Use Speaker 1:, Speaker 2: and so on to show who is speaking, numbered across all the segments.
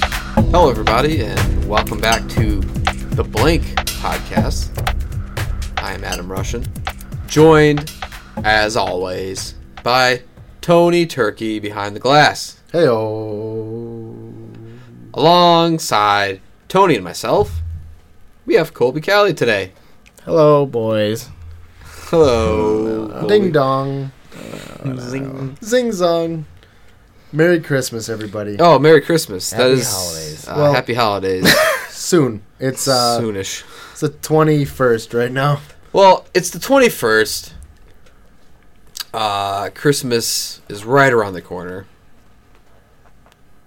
Speaker 1: Hello, everybody, and welcome back to the Blink Podcast. I am Adam Russian, joined, as always, by Tony Turkey behind the glass.
Speaker 2: Hey, oh.
Speaker 1: Alongside Tony and myself, we have Colby Cali today.
Speaker 3: Hello, boys.
Speaker 1: Hello.
Speaker 2: Uh,
Speaker 1: Colby.
Speaker 2: Ding dong.
Speaker 1: Zing.
Speaker 2: Zing zong. Merry Christmas, everybody.
Speaker 1: Oh, Merry Christmas. that
Speaker 3: Happy
Speaker 1: is
Speaker 3: holidays.
Speaker 1: Uh,
Speaker 2: Well-
Speaker 1: happy holidays.
Speaker 2: Soon. It's uh
Speaker 1: Soonish.
Speaker 2: it's the 21st right now.
Speaker 1: Well, it's the 21st. Uh, Christmas is right around the corner.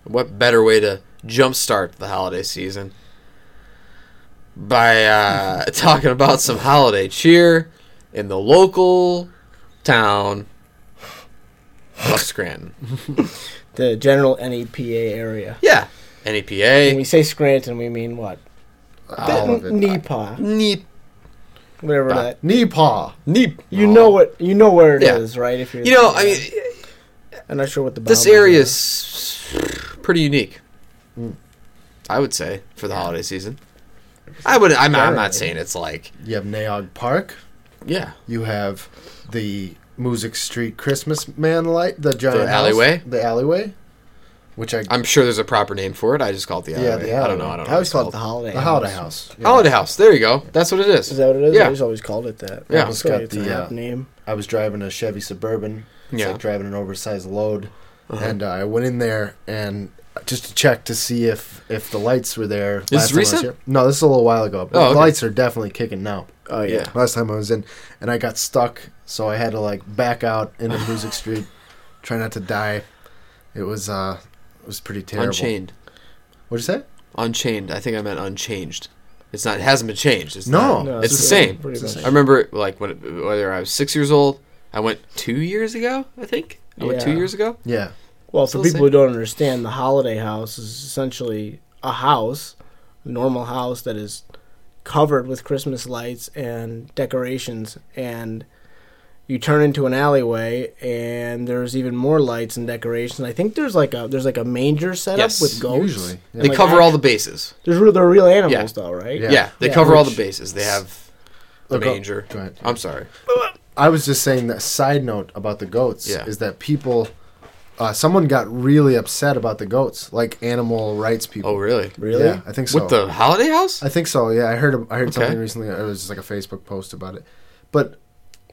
Speaker 1: What better way to jumpstart the holiday season by uh, talking about some holiday cheer in the local town of Scranton?
Speaker 3: The general NEPA area.
Speaker 1: Yeah, E
Speaker 3: When we
Speaker 1: NEPA.
Speaker 3: say Scranton, we mean what? E
Speaker 2: All of it.
Speaker 3: NEPA.
Speaker 1: Neep.
Speaker 3: Whatever
Speaker 1: Bah.
Speaker 3: that.
Speaker 2: Neepaw.
Speaker 1: Neep.
Speaker 3: You know what? You know where it is,
Speaker 1: Yeah.
Speaker 3: right? If you're,
Speaker 1: You know, I mean,
Speaker 3: I'm not sure what the
Speaker 1: this
Speaker 3: Bahamas
Speaker 1: area
Speaker 3: are.
Speaker 1: is pretty unique. I would say for the holiday season. I would. I'm, I'm not
Speaker 3: Very.
Speaker 1: saying it's like
Speaker 2: You have Naog Park.
Speaker 1: yeah.
Speaker 2: You have the Music Street Christmas man light, the giant
Speaker 1: The
Speaker 2: house,
Speaker 1: alleyway?
Speaker 2: the alleyway, which I
Speaker 1: I'm sure there's a proper name for it. I just call it the
Speaker 2: yeah,
Speaker 1: alleyway.
Speaker 2: the alleyway.
Speaker 1: I don't know. I don't know.
Speaker 2: I always
Speaker 1: what
Speaker 2: call it
Speaker 1: it's
Speaker 2: the
Speaker 1: called.
Speaker 2: holiday,
Speaker 3: Holiday
Speaker 2: the holiday
Speaker 3: House.
Speaker 2: house.
Speaker 1: holiday house. There you go. That's what it is.
Speaker 3: Is that what it is?
Speaker 1: Yeah.
Speaker 3: I just always called it that.
Speaker 1: Yeah.
Speaker 3: It's
Speaker 2: It's
Speaker 3: got
Speaker 2: got
Speaker 3: it's
Speaker 2: the,
Speaker 3: an
Speaker 2: uh,
Speaker 3: apt name.
Speaker 2: I was driving a Chevy Suburban. It's
Speaker 1: Yeah. Uh-huh.
Speaker 2: like driving an oversized load, and uh, I went in there and just to check to see if if the lights were there.
Speaker 1: This
Speaker 2: last
Speaker 1: is
Speaker 2: time I was
Speaker 1: recent?
Speaker 2: here. No, this is a little while ago. But
Speaker 1: Oh, okay.
Speaker 2: The lights are definitely kicking now.
Speaker 3: Oh
Speaker 1: yeah.
Speaker 2: Last time I was in, and I got stuck, so I had to like back out into Music Street, try not to die. It was uh, it was pretty terrible.
Speaker 1: Unchained.
Speaker 2: What'd you say?
Speaker 1: Unchained. I think I meant unchanged. It's not. It hasn't been changed. It's
Speaker 2: No.
Speaker 1: not-
Speaker 2: No,
Speaker 1: Oh, it's,
Speaker 2: it's
Speaker 1: the
Speaker 2: really-
Speaker 1: same.
Speaker 3: pretty
Speaker 2: It's the
Speaker 3: much.
Speaker 2: same.
Speaker 1: I remember like when whether I was six years old. I went two years ago. I think I went two
Speaker 3: Yeah.
Speaker 1: years ago.
Speaker 2: Yeah,
Speaker 3: Well,
Speaker 1: Still
Speaker 3: for
Speaker 1: the
Speaker 3: people who don't understand, the holiday house is essentially a house, a normal house that is covered with Christmas lights and decorations, and you turn into an alleyway, and there's even more lights and decorations. I think there's like a there's like a manger set up
Speaker 1: Yes.
Speaker 3: with goats.
Speaker 2: usually. Yeah.
Speaker 1: They
Speaker 3: Like
Speaker 1: cover
Speaker 3: act-
Speaker 1: all the bases.
Speaker 3: There's real, they're real animals
Speaker 1: Yeah.
Speaker 3: though, right?
Speaker 1: Yeah,
Speaker 2: Yeah.
Speaker 1: they
Speaker 3: Yeah,
Speaker 1: cover all the
Speaker 2: which-
Speaker 1: bases. They have the
Speaker 2: Look up-
Speaker 1: manger.
Speaker 2: Go ahead.
Speaker 1: I'm sorry.
Speaker 2: I was just saying that side note about the goats
Speaker 1: Yeah.
Speaker 2: is that people, uh, someone got really upset about the goats, like animal rights people.
Speaker 1: Oh, really?
Speaker 3: Really?
Speaker 2: Yeah, I think so.
Speaker 1: With the holiday house?
Speaker 2: I think so. Yeah, I heard. I heard
Speaker 1: Okay.
Speaker 2: something recently. It was just like a Facebook post about it. But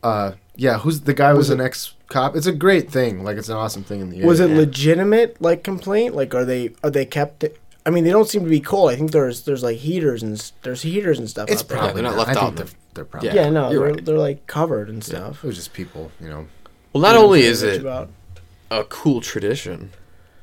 Speaker 2: uh, yeah, who's the guy? Was, an ex cop. It's a great thing. Like it's an awesome thing in the
Speaker 3: Was
Speaker 2: area.
Speaker 3: it legitimate like complaint? Like are they are they kept? I mean, they don't seem to be cold. I think there's there's like heaters and s- there's heaters and stuff.
Speaker 2: It's
Speaker 3: out there.
Speaker 1: Yeah,
Speaker 2: probably
Speaker 1: they're not
Speaker 2: not.
Speaker 1: left out
Speaker 2: I think
Speaker 1: in the-
Speaker 2: they're, they're probably.
Speaker 3: Yeah, no,
Speaker 1: You're
Speaker 3: they're,
Speaker 1: right.
Speaker 3: they're like covered and stuff.
Speaker 2: It was just people. You know.
Speaker 1: Well, not only is
Speaker 3: Much
Speaker 1: it
Speaker 3: about-
Speaker 1: a cool tradition,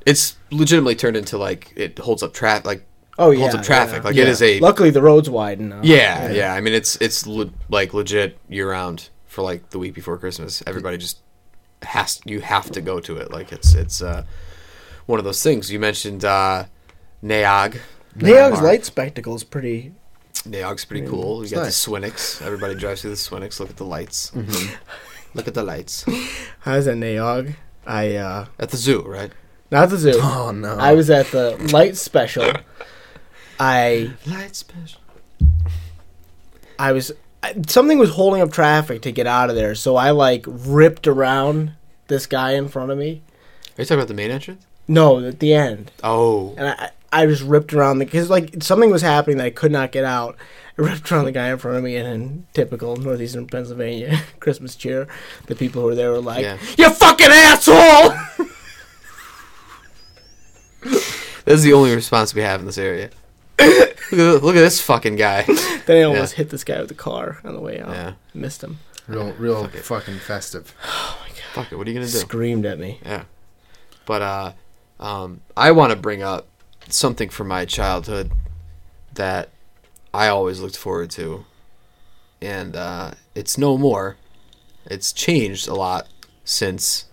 Speaker 1: it's legitimately turned into like it holds up traffic. Like
Speaker 3: oh yeah,
Speaker 1: holds up traffic.
Speaker 3: yeah.
Speaker 1: Like it
Speaker 2: Yeah.
Speaker 1: is a
Speaker 3: Luckily, the road's wide enough.
Speaker 1: yeah, yeah, I mean, it's it's le- like legit year round for like the week before Christmas. Everybody just has you have to go to it. Like it's it's uh, one of those things. You mentioned uh, Naog.
Speaker 3: Neog's
Speaker 1: Mark.
Speaker 3: light spectacle is pretty.
Speaker 1: Naog's pretty cool. You got
Speaker 2: nice.
Speaker 1: the Swinnix. Everybody drives through the Swinnix. Look at the lights. Look at the lights
Speaker 3: How's that Neog? I uh,
Speaker 1: at the zoo, right?
Speaker 3: not the zoo.
Speaker 2: Oh no.
Speaker 3: I was at the light special. I
Speaker 1: Light special.
Speaker 3: I was I, something was holding up traffic to get out of there, so I like ripped around this guy in front of me.
Speaker 1: Are you talking about the main entrance?
Speaker 3: No, at the end.
Speaker 1: Oh,
Speaker 3: and I, I just ripped around the because like something was happening that I could not get out. I ripped around the guy in front of me, and in typical northeastern Pennsylvania Christmas cheer, the people who were there were like,
Speaker 1: Yeah.
Speaker 3: "You fucking asshole!"
Speaker 1: that's the only response we have in this area. look, at, look at this fucking guy.
Speaker 3: then I almost hit this guy with the car on the way out.
Speaker 1: Yeah.
Speaker 3: Missed him.
Speaker 2: real, real
Speaker 1: Fuck it.
Speaker 2: fucking festive.
Speaker 1: Fuck it. What are you gonna do?
Speaker 3: Screamed at me.
Speaker 1: Yeah. But uh, um, I want to bring up something from my childhood that I always looked forward to, and uh, it's no more. It's changed a lot since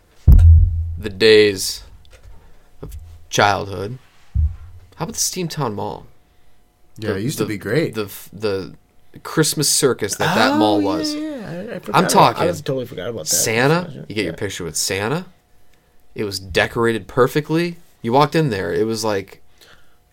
Speaker 1: the days of childhood. How about the Steamtown Mall?
Speaker 2: Yeah,
Speaker 1: The-
Speaker 2: it used
Speaker 1: the-
Speaker 2: to be great.
Speaker 1: The f- the Christmas circus that
Speaker 3: Oh,
Speaker 1: that mall was.
Speaker 3: I'm
Speaker 1: talking
Speaker 3: I just totally forgot about that.
Speaker 1: Santa. You get your picture with Santa. It was decorated perfectly. You walked in there. It was like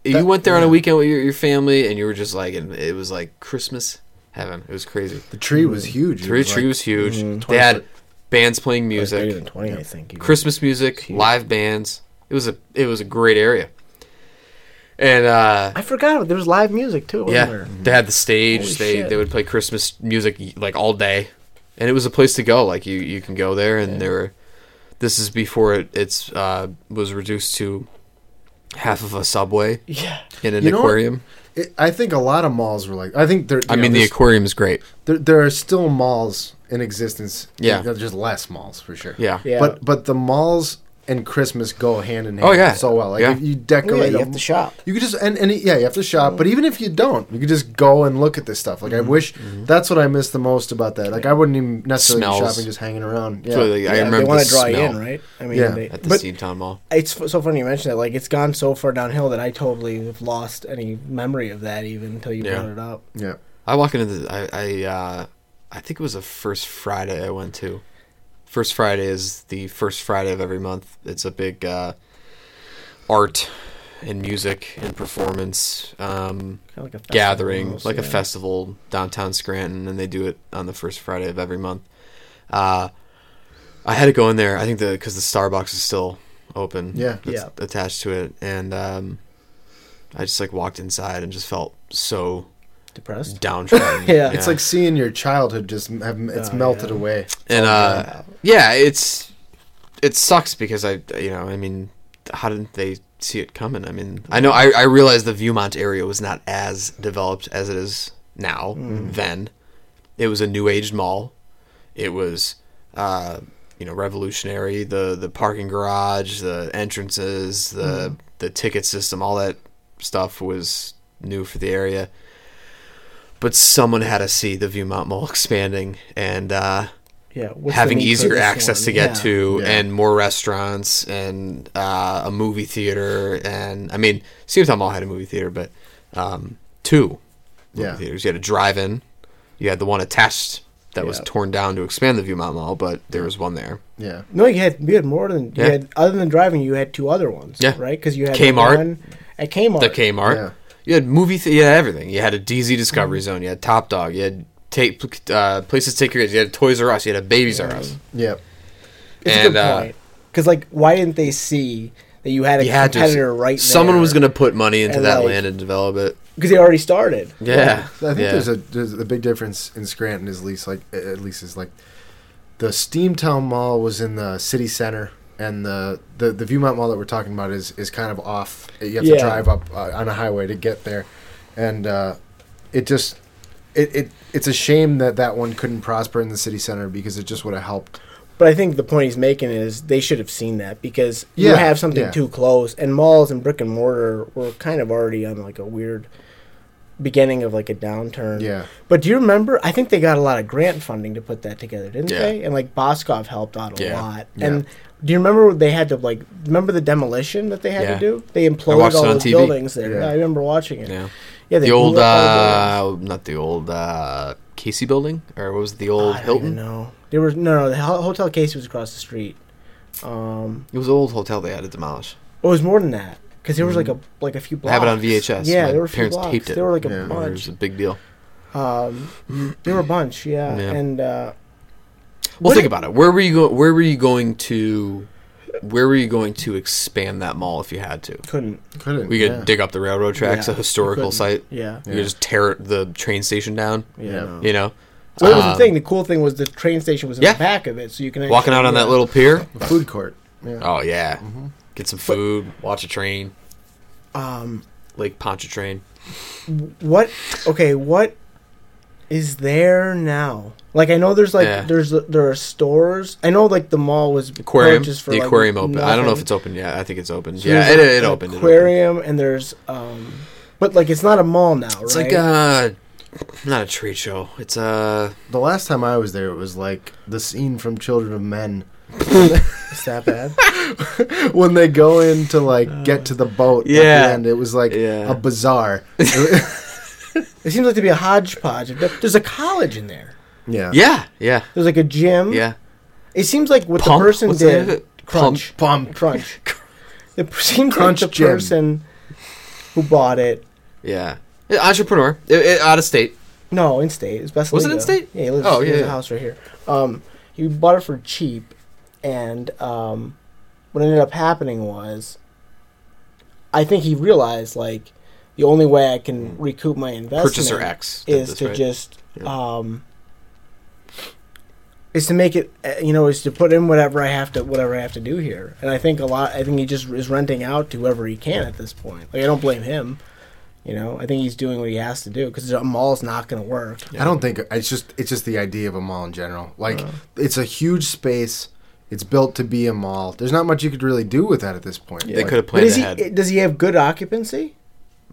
Speaker 1: you went there on a weekend with your, your family, and you were just like, and it was like Christmas heaven. It was crazy.
Speaker 2: The tree was huge. It
Speaker 1: Mm. Tree
Speaker 2: was
Speaker 1: tree
Speaker 2: like-
Speaker 1: was huge.
Speaker 3: Mhm.
Speaker 1: They had bands playing music.
Speaker 3: Bigger than twenty, I think. even.
Speaker 1: Christmas music, live bands. It was a it was a great area. And uh
Speaker 3: I forgot there was live music too. Wasn't
Speaker 1: yeah, Mm.
Speaker 3: There?
Speaker 1: they had the stage.
Speaker 3: Holy
Speaker 1: they
Speaker 3: shit.
Speaker 1: they would play Christmas music like all day, and it was a place to go. Like you you can go there, and there were. This is before it it's uh, was reduced to half of a subway
Speaker 3: Yeah.
Speaker 1: in an
Speaker 2: You know what?
Speaker 1: aquarium.
Speaker 2: It, I think a lot of malls were like. I think there.
Speaker 1: I mean, the aquarium is great.
Speaker 2: there, there are still malls in existence.
Speaker 1: Yeah.
Speaker 2: They're just less malls for sure.
Speaker 1: Yeah.
Speaker 3: Yeah.
Speaker 2: But but the malls and Christmas go hand in hand.
Speaker 1: Oh, yeah.
Speaker 2: so well. Like
Speaker 1: Yeah.
Speaker 2: if you decorate.
Speaker 3: yeah, you
Speaker 2: a-
Speaker 3: have to shop.
Speaker 2: You could just and, and yeah, you have to shop. But even if you don't, you could just go and look at this stuff. Like I
Speaker 1: Mm-hmm.
Speaker 2: wish that's what I miss the most about that. Like I wouldn't even necessarily be
Speaker 1: Smells.
Speaker 2: shopping, just hanging around. Yeah.
Speaker 1: So, like, I
Speaker 3: Yeah,
Speaker 1: remember
Speaker 3: they want
Speaker 1: the
Speaker 3: to draw you
Speaker 1: smell
Speaker 3: in, right? I mean,
Speaker 2: Yeah.
Speaker 3: they,
Speaker 1: at the
Speaker 3: but
Speaker 1: Steamtown Mall.
Speaker 3: it's f- so funny you mentioned that. Like, it's gone so far downhill that I totally have lost any memory of that even until you
Speaker 1: Yeah.
Speaker 3: brought it up.
Speaker 2: yeah.
Speaker 1: I walk into the I I uh, I think it was the first Friday I went to. First Friday is the first Friday of every month. It's a big uh, art and music and performance um,
Speaker 3: Kind of like a festival
Speaker 1: gathering,
Speaker 3: almost,
Speaker 1: like a
Speaker 3: yeah.
Speaker 1: festival downtown Scranton, and they do it on the first Friday of every month. Uh, I had to go in there. I think the because the Starbucks is still open.
Speaker 2: Yeah.
Speaker 1: that's attached to it, and um, I just like walked inside and just felt so
Speaker 3: Depressed.
Speaker 1: downtrodden.
Speaker 3: Yeah.
Speaker 2: It's like seeing your childhood just have it's
Speaker 3: Oh,
Speaker 2: melted
Speaker 3: yeah.
Speaker 2: away.
Speaker 1: and
Speaker 2: all
Speaker 1: uh, yeah, it's it sucks because I you know I mean how didn't they see it coming? I mean I know I I realized the Viewmont area was not as developed as it is now. Then it was a new age mall. It was uh, you know revolutionary. The the parking garage, the entrances, the the ticket system, all that stuff was new for the area. But someone had to see the Viewmont Mall expanding, and uh,
Speaker 3: Yeah. what's the
Speaker 1: having
Speaker 3: need for
Speaker 1: easier
Speaker 3: this
Speaker 1: access
Speaker 3: one?
Speaker 1: to get
Speaker 3: Yeah.
Speaker 1: to
Speaker 2: Yeah.
Speaker 1: and more restaurants and uh, a movie theater and I mean Seamtown Mall had a movie theater but um, two movie
Speaker 2: Yeah.
Speaker 1: theaters you had a drive-in you had the one attached that was
Speaker 3: Yeah.
Speaker 1: torn down to expand the Viewmont Mall but there was one there
Speaker 2: Yeah.
Speaker 3: No, you had you had more than you
Speaker 1: Yeah.
Speaker 3: had other than driving. You had two other ones.
Speaker 1: Yeah.
Speaker 3: Right, because you had the
Speaker 1: Kmart.
Speaker 3: one at Kmart.
Speaker 1: the Kmart
Speaker 2: Yeah.
Speaker 1: you had movie th- you had everything you had a DZ
Speaker 3: Mm-hmm.
Speaker 1: Discovery Zone you had Top Dog you had take uh, places to take your kids you had Toys R Us you had a Babies R Us
Speaker 2: Yeah.
Speaker 3: it's a
Speaker 1: and,
Speaker 3: good
Speaker 1: uh,
Speaker 3: point. Because like, why didn't they see that you had a
Speaker 1: you had to
Speaker 3: competitor right?
Speaker 1: someone
Speaker 3: there?
Speaker 1: was going to put money into
Speaker 3: And,
Speaker 1: that
Speaker 3: like-
Speaker 1: land and develop it
Speaker 3: because they already started.
Speaker 1: yeah
Speaker 2: I think
Speaker 1: yeah.
Speaker 2: there's a there's a big difference in Scranton is at least like at least is like the Steamtown Mall was in the city center and the the, the Viewmont Mall that we're talking about is is kind of off. You have to
Speaker 3: Yeah.
Speaker 2: drive up uh, on a highway to get there, and uh, it just it, it it's a shame that that one couldn't prosper in the city center because it just would have helped.
Speaker 3: But I think the point he's making is they should have seen that because you
Speaker 2: Yeah,
Speaker 3: have something
Speaker 2: yeah.
Speaker 3: too close, and malls and brick and mortar were kind of already on like a weird beginning of like a downturn.
Speaker 2: Yeah.
Speaker 3: But do you remember? I think they got a lot of grant funding to put that together, didn't
Speaker 1: Yeah.
Speaker 3: they? And like Boskov helped out a
Speaker 1: Yeah.
Speaker 3: lot. And do you remember they had to like remember the demolition that they had
Speaker 1: Yeah.
Speaker 3: to do? They
Speaker 1: watched
Speaker 3: imploded all
Speaker 1: it on
Speaker 3: those
Speaker 1: TV.
Speaker 3: buildings there.
Speaker 2: Yeah.
Speaker 3: Yeah. I remember watching it.
Speaker 1: yeah
Speaker 3: Yeah, they
Speaker 1: the
Speaker 3: blew
Speaker 1: old
Speaker 3: up all
Speaker 1: uh not the old uh casey building or what was it, the
Speaker 3: the
Speaker 1: old
Speaker 3: buildings. I don't
Speaker 1: hilton
Speaker 3: even know. There was no, no. The Ho- hotel case was across the street. Um,
Speaker 1: it was an old hotel they had to demolish
Speaker 3: Well, it was more than that because there was like a like a few
Speaker 1: i
Speaker 3: blocks.
Speaker 1: have it on vhs
Speaker 3: Yeah,
Speaker 1: My
Speaker 3: there were a few
Speaker 1: parents
Speaker 3: blocks.
Speaker 1: taped it
Speaker 3: There were like a
Speaker 2: Yeah.
Speaker 1: I remember it was
Speaker 3: bunch.
Speaker 1: a big deal
Speaker 3: Um, there were a bunch. Yeah,
Speaker 1: Yeah.
Speaker 3: and uh,
Speaker 1: well
Speaker 3: What
Speaker 1: think
Speaker 3: it-
Speaker 1: about it where were you going where were you going to where were you going to expand that mall if you had to
Speaker 3: couldn't.
Speaker 2: Couldn't
Speaker 1: we could
Speaker 2: yeah.
Speaker 1: dig up the railroad tracks
Speaker 3: Yeah,
Speaker 1: a historical
Speaker 3: couldn't.
Speaker 1: site
Speaker 3: Yeah,
Speaker 1: you could just tear the train station down
Speaker 3: yeah.
Speaker 2: Yeah.
Speaker 3: no.
Speaker 1: you know
Speaker 3: Well, that was
Speaker 1: Um,
Speaker 3: the thing. The cool thing was the train station was in
Speaker 1: yeah.
Speaker 3: the back of it, so you can actually,
Speaker 1: walking out on
Speaker 3: yeah. Mm-hmm.
Speaker 1: that little pier
Speaker 2: The food court. Yeah.
Speaker 1: oh yeah get some food watch a train
Speaker 3: Um,
Speaker 1: lake pontchartrain
Speaker 3: what? Okay, what is there now? Like I know there's like
Speaker 1: Yeah.
Speaker 3: there's there are stores. I know like the mall was
Speaker 1: aquarium.
Speaker 3: purchased for
Speaker 1: the
Speaker 3: like,
Speaker 1: aquarium open. I don't know
Speaker 3: nothing.
Speaker 1: if it's open yet. I think it's open.
Speaker 3: So
Speaker 1: yeah, it,
Speaker 3: there's a-
Speaker 1: it
Speaker 3: an
Speaker 1: opened. it opened.
Speaker 3: Aquarium and there's um, but like it's not a mall now, right?
Speaker 1: It's like uh, a not a trade show. It's uh, a
Speaker 2: The last time I was there, it was like the scene from Children of Men
Speaker 3: Is that bad?
Speaker 2: when they go in to like get to the boat at
Speaker 1: Yeah.
Speaker 2: the end, it was like
Speaker 1: Yeah.
Speaker 2: a bazaar.
Speaker 3: It seems like to be a hodgepodge. of diff- There's a college in there.
Speaker 2: yeah.
Speaker 1: yeah, yeah,
Speaker 3: There's like a gym.
Speaker 1: yeah.
Speaker 3: It seems like what
Speaker 1: Pump?
Speaker 3: Hmm? the person
Speaker 1: What's the name of
Speaker 3: did.
Speaker 1: it?
Speaker 3: Crunch.
Speaker 2: Pump.
Speaker 3: Crunch. It seems
Speaker 2: Crunch
Speaker 3: like the
Speaker 2: gym.
Speaker 3: person who bought it.
Speaker 1: Yeah. Yeah, entrepreneur. I- I- out of state.
Speaker 3: No, in state. It's best.
Speaker 1: Was it in-state?
Speaker 3: Yeah, he lives,
Speaker 1: Oh,
Speaker 3: he
Speaker 1: yeah,
Speaker 3: lives in
Speaker 1: yeah.
Speaker 3: a house right here. Um, he bought it for cheap, and um, what ended up happening was, I think he realized like the only way I can recoup my investment
Speaker 1: Purchaser X. did
Speaker 3: is
Speaker 1: this,
Speaker 3: to
Speaker 1: right?
Speaker 3: just
Speaker 1: Yeah.
Speaker 3: um is to make it uh, you know is to put in whatever I have to whatever I have to do here and I think a lot I think he just is renting out to whoever he can at this point like I don't blame him you know I think he's doing what he has to do because a mall's not going to work
Speaker 1: Yeah.
Speaker 2: I don't think it's just it's just the idea of a mall in general.
Speaker 1: Uh.
Speaker 2: Like it's a huge space. It's built to be a mall. There's not much you could really do with that at this point.
Speaker 1: They
Speaker 2: Like,
Speaker 1: could have
Speaker 3: but
Speaker 1: played
Speaker 3: is he eh,
Speaker 1: ahead.
Speaker 3: does he have good occupancy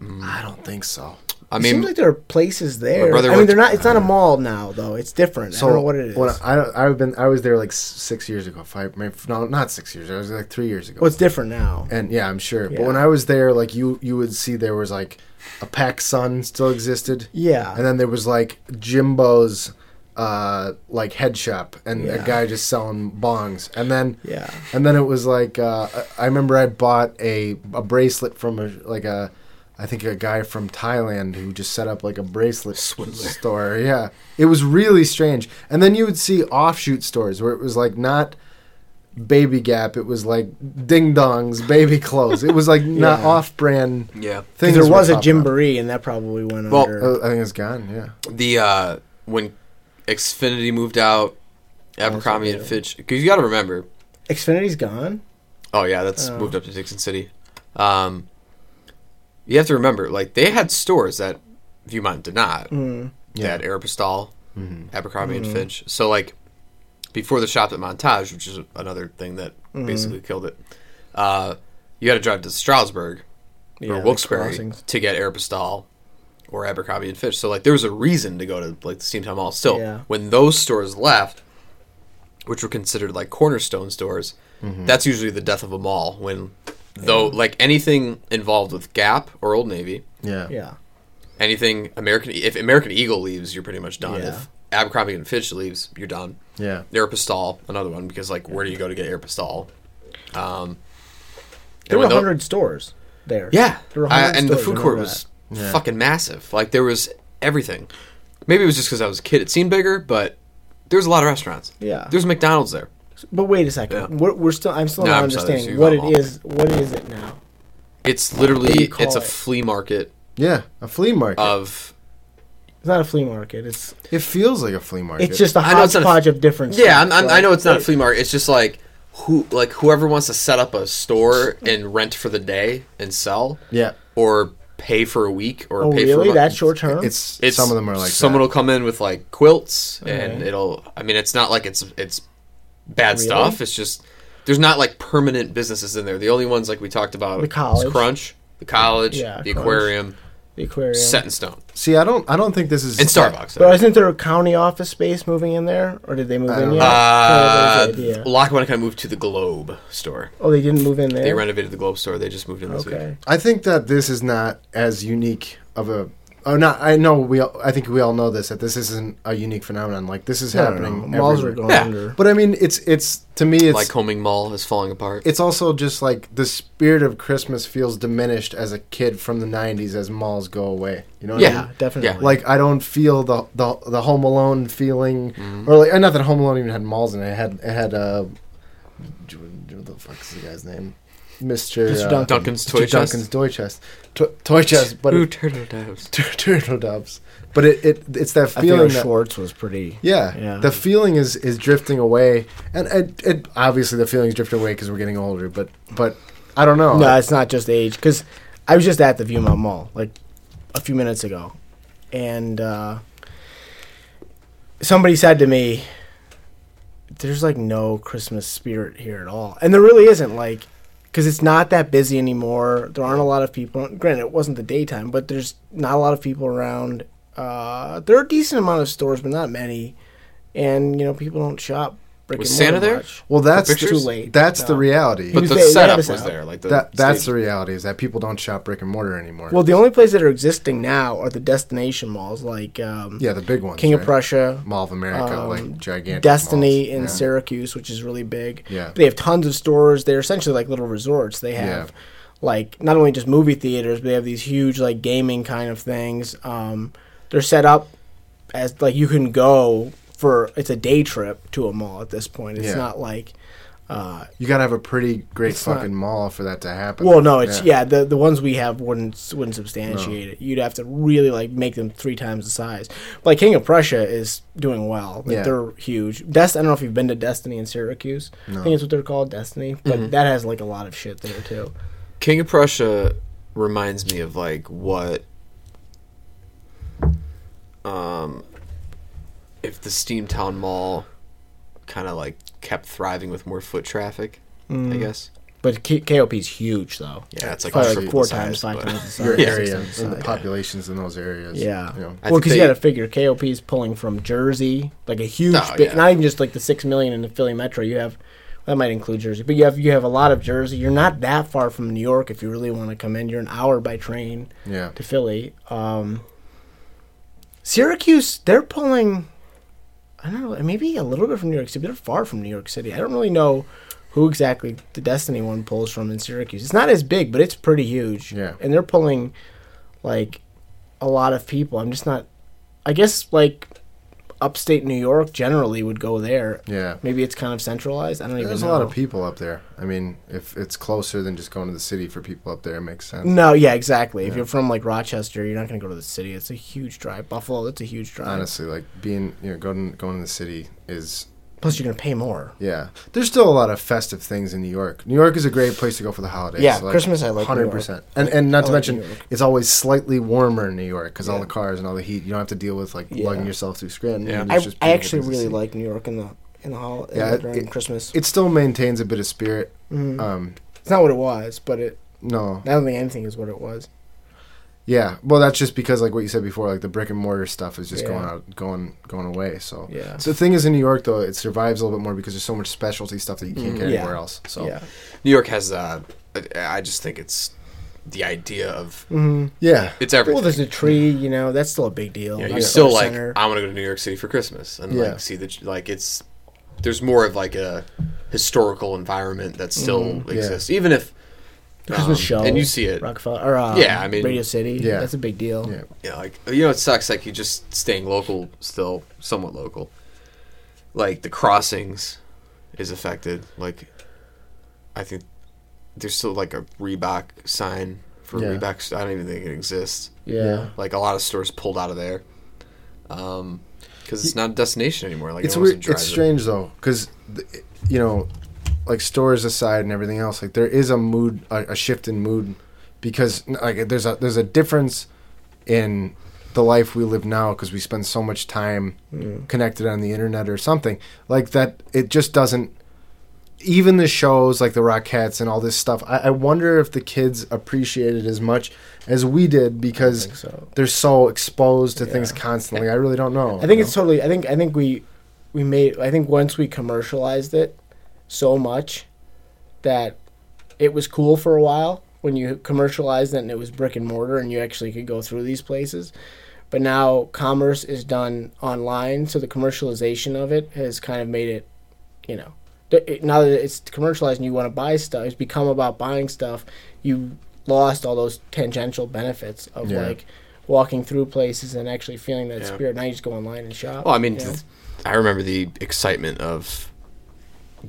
Speaker 2: I don't think so.
Speaker 1: I
Speaker 3: it seems
Speaker 1: mean,
Speaker 3: like there are places there
Speaker 1: brother Uh,
Speaker 3: I mean
Speaker 1: worked-
Speaker 3: they're not it's not a mall now though it's different
Speaker 2: So
Speaker 3: I don't know what it is
Speaker 2: When
Speaker 3: well
Speaker 2: I don't- I've been I was there like s- six years ago. Five maybe, no, not six years. I was there, like three years ago.
Speaker 3: it's different now
Speaker 2: and yeah, I'm sure.
Speaker 3: Yeah.
Speaker 2: But when I was there, like you you would see there was like a Pac Sun still existed.
Speaker 3: yeah
Speaker 2: And then there was like Jimbo's uh like head shop and
Speaker 3: Yeah.
Speaker 2: a guy just selling bongs. And then
Speaker 3: yeah
Speaker 2: and then it was like uh, I I remember I bought a a bracelet from a like a I think a guy from Thailand who just set up like a bracelet store. Yeah, it was really strange. And then you would see offshoot stores where it was like not Baby Gap, it was like Ding Dong's baby clothes. It was like not
Speaker 3: Yeah.
Speaker 2: off brand
Speaker 1: yeah.
Speaker 2: things.
Speaker 3: there
Speaker 2: were
Speaker 3: was a
Speaker 2: popping up.
Speaker 3: Gymboree and that probably went
Speaker 1: Well,
Speaker 3: under
Speaker 2: Uh, I think it's gone. Yeah,
Speaker 1: the uh when Xfinity moved out, Abercrombie and
Speaker 3: yeah.
Speaker 1: Fitch. Because you got to remember.
Speaker 3: Xfinity's gone.
Speaker 1: Oh yeah, that's
Speaker 3: Oh.
Speaker 1: moved up to Dixon City. Um, you have to remember, like they had stores that Viewmont did not.
Speaker 3: Mm.
Speaker 1: They had Aeropostale,
Speaker 2: Mhm.
Speaker 1: Abercrombie and Fitch. So like before the shop at Montage, which is another thing that
Speaker 3: Mm.
Speaker 1: basically killed it. Uh, you had to drive to Stroudsburg or
Speaker 3: the
Speaker 1: Wilkes-Barre
Speaker 3: crossings.
Speaker 1: to get Aeropostale or Abercrombie and Fitch. So like there was a reason to go to like the Steamtown Mall. Still,
Speaker 3: Yeah.
Speaker 1: when those stores left, which were considered like cornerstone stores,
Speaker 3: Mm-hmm.
Speaker 1: that's usually the death of a mall. When though like anything involved with Gap or Old Navy,
Speaker 2: yeah,
Speaker 3: Yeah.
Speaker 1: anything American if American Eagle leaves, you're pretty much done.
Speaker 3: Yeah.
Speaker 1: If Abercrombie and Fitch leaves, you're done.
Speaker 2: yeah.
Speaker 1: Aeropostale, another one because like where do you go to get Aeropostale? Um, and
Speaker 3: There were
Speaker 1: when tho-
Speaker 3: 100 stores there.
Speaker 1: yeah,
Speaker 3: There were 100
Speaker 1: I, and the
Speaker 3: stores,
Speaker 1: food
Speaker 3: I
Speaker 1: court
Speaker 3: remember
Speaker 1: was
Speaker 2: Yeah.
Speaker 1: fucking massive. Like there was everything. Maybe it was just because I was a kid; it seemed bigger, but there was a lot of restaurants.
Speaker 3: Yeah.
Speaker 1: there's McDonald's there.
Speaker 3: that. But wait a second.
Speaker 1: Yeah.
Speaker 3: We're, we're still I'm still
Speaker 1: No,
Speaker 3: not
Speaker 1: I'm sorry,
Speaker 3: understanding
Speaker 1: so
Speaker 3: what
Speaker 1: you
Speaker 3: it
Speaker 1: got them
Speaker 3: is. What is it now?
Speaker 1: It's
Speaker 3: do
Speaker 1: literally
Speaker 3: you call
Speaker 1: it's a
Speaker 3: it?
Speaker 1: flea market
Speaker 2: Yeah, a flea market.
Speaker 1: of
Speaker 3: It's not a flea market. It's
Speaker 2: it feels like a flea market.
Speaker 3: it's just a
Speaker 1: I know it's not a-
Speaker 3: hodgepodge of different
Speaker 1: yeah. I'm,
Speaker 3: stuff,
Speaker 1: I'm, I
Speaker 3: right?
Speaker 1: know it's not a
Speaker 3: It-
Speaker 1: flea market. It's just like who like whoever wants to set up a store and rent for the day and sell
Speaker 2: yeah.
Speaker 1: or pay for a week or
Speaker 3: Oh,
Speaker 1: pay for a
Speaker 3: really?
Speaker 1: month.
Speaker 3: That's short term?
Speaker 2: It's, some of them are like
Speaker 1: someone
Speaker 2: that.
Speaker 1: will come in with like quilts and
Speaker 3: Okay.
Speaker 1: it'll i mean it's not like it's it's bad
Speaker 3: Really?
Speaker 1: stuff it's just there's not like permanent businesses in there the only ones like we talked about
Speaker 3: The
Speaker 1: is
Speaker 3: college.
Speaker 1: crunch the college
Speaker 3: Yeah,
Speaker 1: the
Speaker 3: Crunch.
Speaker 1: aquarium
Speaker 3: the aquarium.
Speaker 1: set in stone
Speaker 2: See, I don't, I don't think this is
Speaker 1: and starbucks
Speaker 3: But isn't there a county office space moving in there, or did they move
Speaker 2: I
Speaker 3: in
Speaker 2: don't
Speaker 3: yet?
Speaker 2: know.
Speaker 1: uh,
Speaker 3: Kinda like that idea.
Speaker 1: Lackawanna moved to the Globe store.
Speaker 3: oh, they didn't move in there.
Speaker 1: They renovated the Globe store. They just moved in this
Speaker 3: okay.
Speaker 1: week.
Speaker 2: I think that this is not as unique of a. Oh, not. I know we. All, I think we all know this. That this isn't a unique phenomenon. Like this is
Speaker 3: No, no, no.
Speaker 2: happening.
Speaker 3: Malls are
Speaker 2: everywhere.
Speaker 3: going
Speaker 1: Yeah.
Speaker 3: under.
Speaker 2: But I mean, it's it's to me, it's
Speaker 1: Lycoming Mall is falling apart.
Speaker 2: it's also just like the spirit of Christmas feels diminished as a kid from the '90s as malls go away. You know? What I
Speaker 1: Yeah.
Speaker 2: mean?
Speaker 3: definitely.
Speaker 2: Like I don't feel the the, the Home Alone feeling, or like and not that Home Alone even had malls in it. It had it had uh, Ju- Ju- what the fuck is the guy's name? Mister
Speaker 3: Mr. Duncan.
Speaker 1: Duncan's
Speaker 2: Mr.
Speaker 1: Toy Chest?
Speaker 2: Duncan's toy chest. To- toy chest, but
Speaker 1: Ooh,
Speaker 2: it,
Speaker 1: turtle doves.
Speaker 2: tur- turtle doves. But it, it it's that
Speaker 3: I think
Speaker 2: feeling that.
Speaker 3: Schwartz was pretty.
Speaker 2: Yeah,
Speaker 3: Yeah.
Speaker 2: the feeling is is drifting away, and it, it obviously the feeling's drifting away because we're getting older. But but I don't know.
Speaker 3: No, it's not just age. Because I was just at the Viewmont Mall like a few minutes ago, and uh, somebody said to me, "There's like no Christmas spirit here at all," and there really isn't. Like, because it's not that busy anymore. There aren't a lot of people. Granted, it wasn't the daytime, but there's not a lot of people around. Uh, there are a decent amount of stores, but not many. And you know, people don't shop. brick
Speaker 1: Was
Speaker 3: and mortar
Speaker 1: Santa there?
Speaker 3: much.
Speaker 2: well, that's
Speaker 1: pictures?
Speaker 2: too
Speaker 1: Too
Speaker 2: late.
Speaker 3: late.
Speaker 2: That's the
Speaker 3: No.
Speaker 2: reality.
Speaker 1: But
Speaker 3: was
Speaker 1: the
Speaker 3: there- they had
Speaker 1: setup
Speaker 3: us
Speaker 1: was
Speaker 3: out.
Speaker 1: there. Like the
Speaker 2: that that's the
Speaker 1: stage-
Speaker 2: reality is that people don't shop brick and mortar anymore.
Speaker 3: Well, the only places that are existing now are the destination malls, like um,
Speaker 2: yeah, the big ones.
Speaker 3: King of
Speaker 2: right?
Speaker 3: Prussia,
Speaker 2: Mall of America,
Speaker 3: um,
Speaker 2: like gigantic.
Speaker 3: Destiny in
Speaker 2: malls.
Speaker 3: Syracuse, which is really big.
Speaker 2: Yeah.
Speaker 3: They have tons of stores. They're essentially like little resorts. They have like not only just movie theaters, but they have these huge like gaming kind of things. Um, they're set up as like you can go for it's a day trip to a mall at this point. It's
Speaker 2: Yeah.
Speaker 3: not like uh,
Speaker 2: You gotta have a pretty great
Speaker 3: It's not-
Speaker 2: fucking mall for that to happen.
Speaker 3: well, no, it's yeah. the the ones we have wouldn't wouldn't substantiate it. You'd have to really like make them three times the size. But, like King of Prussia is doing well. Like
Speaker 2: Yeah.
Speaker 3: they're huge. Dest I don't know if you've been to Destiny in Syracuse. I think it's what they're called, Destiny. But
Speaker 1: Mm-hmm.
Speaker 3: that has like a lot of shit there too.
Speaker 1: King of Prussia reminds me of like what um if the Steamtown Mall kind of like kept thriving with more foot traffic, I guess.
Speaker 3: But K- KOP's huge though.
Speaker 1: Yeah, it's like,
Speaker 3: Probably like
Speaker 1: triple
Speaker 3: four
Speaker 1: the
Speaker 3: times,
Speaker 1: size,
Speaker 3: five
Speaker 1: but-
Speaker 3: times the size.
Speaker 2: your
Speaker 3: six
Speaker 2: area
Speaker 3: times the
Speaker 2: and the
Speaker 3: size.
Speaker 2: populations in those areas.
Speaker 3: Yeah.
Speaker 2: you know.
Speaker 1: I
Speaker 3: well,
Speaker 1: think
Speaker 3: because you
Speaker 1: they-
Speaker 3: got to figure KOP's pulling from Jersey, like a huge,
Speaker 1: Oh,
Speaker 3: bit,
Speaker 1: yeah.
Speaker 3: not even just like the six million in the Philly metro. You have that might include Jersey, but you have you have a lot of Jersey. You're not that far from New York if you really want to come in. You're an hour by train
Speaker 2: Yeah.
Speaker 3: to Philly. Um, Syracuse, they're pulling. I don't know, maybe a little bit from New York City. but They're far from New York City. I don't really know who exactly the Destiny one pulls from in Syracuse. It's not as big, but it's pretty huge.
Speaker 2: Yeah.
Speaker 3: and they're pulling like a lot of people. I'm just not. I guess like upstate New York generally would go there.
Speaker 2: Yeah.
Speaker 3: Maybe it's kind of centralized. I don't even
Speaker 2: There's
Speaker 3: know.
Speaker 2: a lot of people up there. I mean, if it's closer than just going to the city for people up there, it makes sense.
Speaker 3: No, yeah, exactly. If you're from like Rochester, you're not going to go to the city. It's a huge drive. Buffalo, that's a huge drive.
Speaker 2: Honestly, like being you know going going to the city is
Speaker 3: Plus, you're going to pay more.
Speaker 2: yeah. There's still a lot of festive things in New York. New York is a great place to go for the holidays.
Speaker 3: Yeah, Christmas I like New
Speaker 2: hundred percent. And and not to
Speaker 3: I like
Speaker 2: mention
Speaker 3: New York.
Speaker 2: it's always slightly warmer in New York because all
Speaker 1: Yeah.
Speaker 2: the cars and all the heat. You don't have to deal with like
Speaker 3: Yeah.
Speaker 2: lugging yourself through Scranton.
Speaker 1: Yeah.
Speaker 2: and it's just
Speaker 3: I, I
Speaker 2: beautiful
Speaker 3: actually
Speaker 2: to
Speaker 3: really
Speaker 2: see.
Speaker 3: like New York in the in the hall
Speaker 2: Yeah, it-
Speaker 3: during
Speaker 2: it-
Speaker 3: Christmas.
Speaker 2: It still maintains a bit of spirit.
Speaker 3: Mhm.
Speaker 2: Um,
Speaker 3: it's not what it was, but it
Speaker 2: no,
Speaker 3: I don't think anything is what it was.
Speaker 2: yeah. Well, that's just because like what you said before, like the brick and mortar stuff is just
Speaker 3: Yeah.
Speaker 2: going out, going, going away. So
Speaker 3: Yeah.
Speaker 2: So the thing is, in New York though, it survives a little bit more because there's so much specialty stuff that you can't get
Speaker 3: Mm-hmm. Yeah.
Speaker 2: anywhere else. So
Speaker 3: Yeah.
Speaker 1: New York has uh I- I just think it's the idea of
Speaker 3: hmm
Speaker 2: yeah,
Speaker 1: it's everything.
Speaker 3: Well, there's a tree. You know, that's still a big deal.
Speaker 1: Yeah,
Speaker 3: That's
Speaker 1: you're still
Speaker 3: a
Speaker 1: like
Speaker 3: center.
Speaker 1: I want to go to New York City for Christmas and
Speaker 2: Yeah.
Speaker 1: like see the like it's there's more of like a historical environment that still exists even if
Speaker 3: The Christmas
Speaker 1: um,
Speaker 3: show
Speaker 1: and you see it
Speaker 3: Rockefeller or uh,
Speaker 1: Yeah, I mean-
Speaker 3: Radio City.
Speaker 2: Yeah.
Speaker 3: that's a big deal.
Speaker 2: yeah.
Speaker 1: yeah like you know it sucks like you just staying local still somewhat local like the crossings is affected like I think there's still like a Reebok sign for
Speaker 2: Yeah.
Speaker 1: Reebok I don't even think it exists
Speaker 3: Yeah.
Speaker 2: Yeah.
Speaker 1: like a lot of stores pulled out of there um because it's not a destination anymore like
Speaker 2: it's
Speaker 1: no one wants
Speaker 2: weird.
Speaker 1: to
Speaker 2: It's
Speaker 1: drive there.
Speaker 2: strange though, because you know, like stores aside and everything else, like there is a mood, a, a shift in mood, because like there's a there's a difference in the life we live now because we spend so much time
Speaker 3: Mm.
Speaker 2: connected on the internet or something like that. It just doesn't. Even the shows like the Rockettes and all this stuff, I, I wonder if the kids appreciate it as much as we did because
Speaker 3: think so.
Speaker 2: they're so exposed to things
Speaker 3: Yeah.
Speaker 2: constantly. I really don't know.
Speaker 3: I think
Speaker 2: you
Speaker 3: it's totally. I think I think we we made. I think once we commercialized it so much that it was cool for a while when you commercialized it and it was brick and mortar and you actually could go through these places. But now commerce is done online, so the commercialization of it has kind of made it, you know, th- it, now that it's commercialized and you want to buy stuff, it's become about buying stuff. You lost all those tangential benefits of
Speaker 2: Yeah.
Speaker 3: like walking through places and actually feeling that
Speaker 1: Yeah.
Speaker 3: spirit. Now you just go online and shop.
Speaker 1: Well, I mean,
Speaker 3: you know?
Speaker 1: th- I remember the excitement of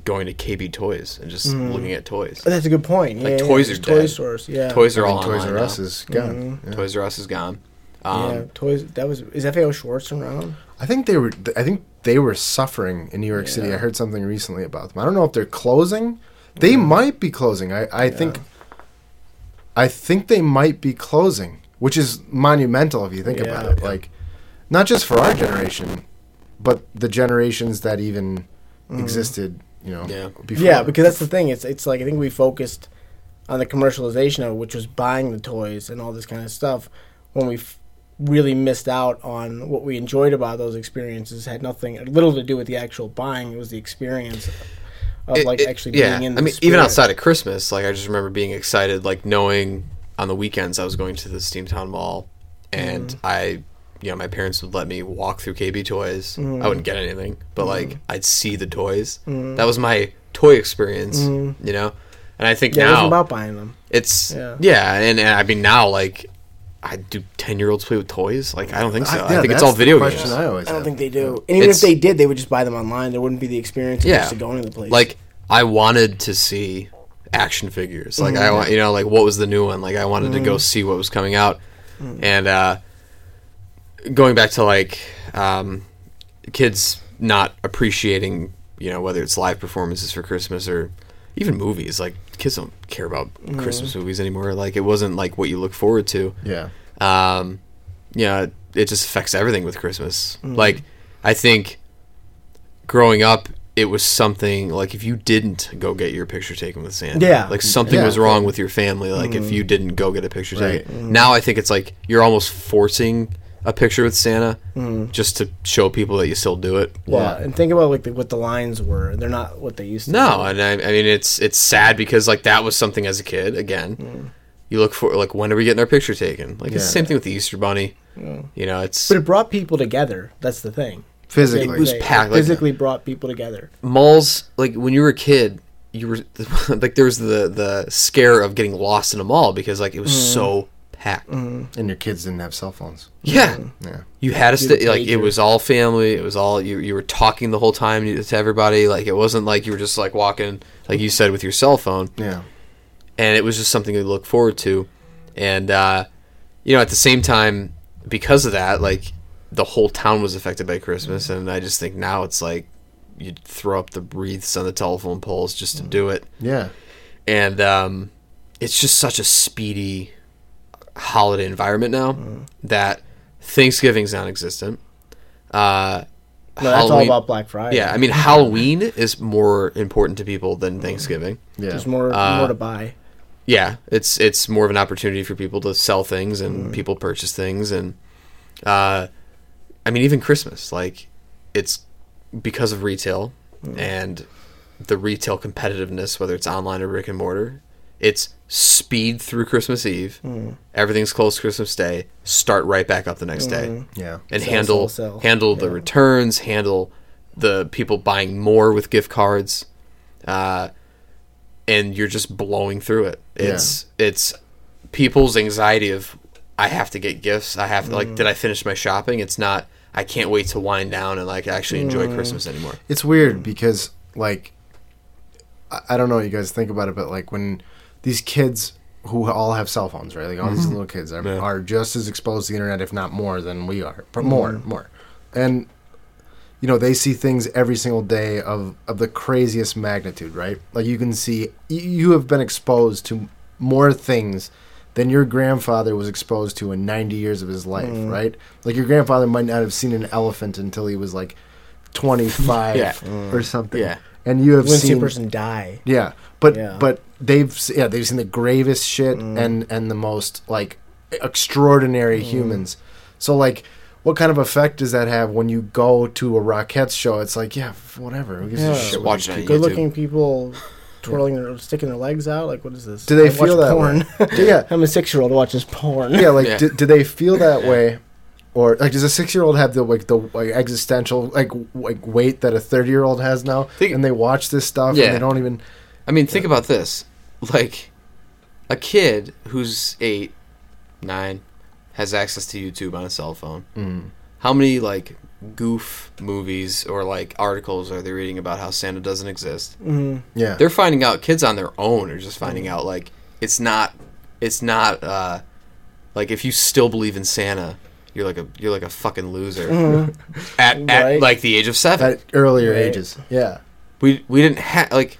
Speaker 1: going to KB Toys and just
Speaker 2: Mm.
Speaker 1: looking at toys.
Speaker 3: that's a good point. Yeah,
Speaker 1: Like,
Speaker 3: yeah,
Speaker 1: toys
Speaker 3: there's
Speaker 1: are
Speaker 3: toy
Speaker 1: dead.
Speaker 3: stores. Yeah,
Speaker 1: Toys
Speaker 2: I
Speaker 1: are
Speaker 2: mean,
Speaker 1: all
Speaker 2: Toys
Speaker 1: online
Speaker 2: R Us
Speaker 1: now.
Speaker 2: is gone.
Speaker 3: Mm-hmm.
Speaker 2: Yeah.
Speaker 1: Toys R Us is gone. Um,
Speaker 3: yeah, toys. That was is FAO Schwartz around?
Speaker 2: I think they were. I think they were suffering in New York City.
Speaker 3: Yeah.
Speaker 2: I heard something recently about them. I don't know if they're closing. They
Speaker 3: Mm.
Speaker 2: might be closing. I, I think. I think they might be closing, which is monumental if you think about
Speaker 3: Yeah.
Speaker 2: it. Like, not just for our generation, but the generations that even existed. You know,
Speaker 1: Yeah.
Speaker 2: before.
Speaker 3: Mm-hmm. Yeah, because that's the thing. It's it's like I think we focused on the commercialization of it, which was buying the toys and all this kind of stuff, when we f- really missed out on what we enjoyed about those experiences. Had nothing, little to do with the actual buying. It was the experience of
Speaker 1: it-
Speaker 3: like
Speaker 1: it-
Speaker 3: actually being in. The
Speaker 1: I mean,
Speaker 3: spirit.
Speaker 1: even outside of Christmas, like I just remember being excited, like knowing on the weekends I was going to the Steamtown Mall, and
Speaker 3: Mm-hmm.
Speaker 1: I, you know, my parents would let me walk through KB Toys.
Speaker 3: Mm-hmm.
Speaker 1: I wouldn't get anything, but like I'd see the toys. That was my toy experience, you know. And I think
Speaker 3: Mm-hmm. Yeah, it
Speaker 1: now
Speaker 3: was about buying them.
Speaker 1: it's
Speaker 3: Yeah.
Speaker 1: yeah, and, and I mean now like I do ten year olds play with toys? Like I don't think so. I, think it's all video
Speaker 2: question
Speaker 1: games.
Speaker 2: I always
Speaker 3: I don't
Speaker 2: have.
Speaker 3: think they do. And even
Speaker 1: It's-
Speaker 3: if they did, they would just buy them online. There wouldn't be the experience of
Speaker 1: Yeah.
Speaker 3: actually going to the place.
Speaker 1: Like I wanted to see action figures. Like I want you know like what was the new one? Like I wanted to go see what was coming out. And uh going back to like um kids not appreciating, you know, whether it's live performances for Christmas or even movies, like kids don't care about Christmas movies anymore. Like it wasn't like what you look forward to.
Speaker 2: Yeah.
Speaker 1: um, you know, it just affects everything with Christmas.
Speaker 2: Mm.
Speaker 1: Like, I think growing up, it was something like if you didn't go get your picture taken with Santa,
Speaker 3: Yeah.
Speaker 1: like something
Speaker 2: Yeah. Mm.
Speaker 1: was wrong with your family. Like if you didn't go get a picture
Speaker 2: Right. Mm.
Speaker 1: taken, now I think it's like you're almost forcing a picture with Santa just to show people that you still do it.
Speaker 3: well,
Speaker 2: Mm. Yeah.
Speaker 3: and think about like the, what the lines were. They're not what they used to.
Speaker 1: No,
Speaker 3: be.
Speaker 1: and I, I mean it's it's sad because like that was something as a kid. Again, you look for like when are we getting our picture taken? Like it's the
Speaker 2: Mm. Yeah.
Speaker 1: same thing with the Easter Bunny. You know, it's
Speaker 3: but it brought people together. That's the thing. They,
Speaker 2: Physically.
Speaker 1: was
Speaker 3: they
Speaker 1: packed, like-
Speaker 3: physically brought people together.
Speaker 1: malls like when you were a kid you were like there was the the scare of getting lost in a mall because like it was so packed
Speaker 2: and your kids didn't have cell phones.
Speaker 1: yeah
Speaker 2: Yeah.
Speaker 1: you had to
Speaker 3: You'd
Speaker 1: stay like it
Speaker 3: pager.
Speaker 1: was all family it was all you you were talking the whole time to to everybody like it wasn't like you were just like walking like you said with your cell phone
Speaker 2: Yeah.
Speaker 1: and it was just something to look forward to and uh you know at the same time because of that like the whole town was affected by christmas and i just think now it's like you throw up the wreaths on the telephone poles just to do it
Speaker 2: Yeah.
Speaker 1: and um, it's just such a speedy holiday environment now
Speaker 3: Mm.
Speaker 1: that Thanksgiving's non-existent. Uh,
Speaker 3: No, that's all about Black Friday.
Speaker 1: yeah. I mean, Halloween is more important to people than Thanksgiving.
Speaker 2: Yeah.
Speaker 3: there's more
Speaker 1: uh,
Speaker 3: more to buy.
Speaker 1: Yeah, it's it's more of an opportunity for people to sell things and people purchase things and uh, I mean even Christmas like it's because of retail and the retail competitiveness whether it's online or brick and mortar it's speed through Christmas Eve everything's closed Christmas Day start right back up the next day
Speaker 2: Yeah.
Speaker 1: and
Speaker 3: Sell,
Speaker 1: handle
Speaker 3: sell, sell.
Speaker 1: handle the returns, handle the people buying more with gift cards, uh, and you're just blowing through it. It's it's people's anxiety of I have to get gifts. I have to, like did I finish my shopping? It's not I can't wait to wind down and like actually enjoy Christmas anymore.
Speaker 2: It's weird because like I, I don't know what you guys think about it, but like when these kids who all have cell phones, right? Like all
Speaker 1: Mm-hmm.
Speaker 2: these little kids are, are just as exposed to the internet, if not more, than we are. But
Speaker 1: Mm-hmm.
Speaker 2: more, more. And you know, they see things every single day of of the craziest magnitude, right? Like you can see you, you have been exposed to more things than your grandfather was exposed to in 90 years of his life,
Speaker 1: Mm-hmm.
Speaker 2: right? Like your grandfather might not have seen an elephant until he was like 25
Speaker 1: Yeah. Mm.
Speaker 2: or something.
Speaker 1: Yeah.
Speaker 2: And you have
Speaker 3: When see a
Speaker 2: seen
Speaker 3: person die.
Speaker 2: yeah, but
Speaker 3: Yeah. Mm.
Speaker 2: but they've s- yeah they've seen the gravest shit and and the most like extraordinary humans. So like, what kind of effect does that have when you go to a Rockettes show? It's like yeah, f- whatever. Who gives
Speaker 3: Yeah.
Speaker 2: a
Speaker 1: Just
Speaker 2: shit?
Speaker 1: watch
Speaker 2: what
Speaker 1: it on YouTube.
Speaker 2: they do?
Speaker 3: Good looking people twirling their sticking their legs out. Like what is this?
Speaker 2: Do they
Speaker 3: I watch
Speaker 2: feel that
Speaker 3: porn?
Speaker 2: way? Yeah.
Speaker 3: I'm a six year old watches porn.
Speaker 2: Yeah, like
Speaker 1: Yeah.
Speaker 2: Do, do they feel that way? Or like, does a six-year-old have the like the like, existential like w- like weight that a thirty-year-old has now?
Speaker 1: Think-
Speaker 2: and they watch this stuff
Speaker 1: Yeah.
Speaker 2: and they don't even
Speaker 1: I mean, think about this. Like, a kid who's eight, nine, has access to YouTube on a cell phone. Mm. How many, like, goof movies or, like, articles are they reading about how Santa doesn't exist?
Speaker 3: Mm-hmm.
Speaker 2: yeah
Speaker 1: They're finding out, kids on their own are just finding out, like, it's not, it's not, uh, like, if you still believe in Santa. You're like a you're like a fucking loser. at, at
Speaker 3: Right.
Speaker 1: like the age of seven
Speaker 2: at earlier
Speaker 3: Right.
Speaker 2: ages. Yeah,
Speaker 1: we we didn't have like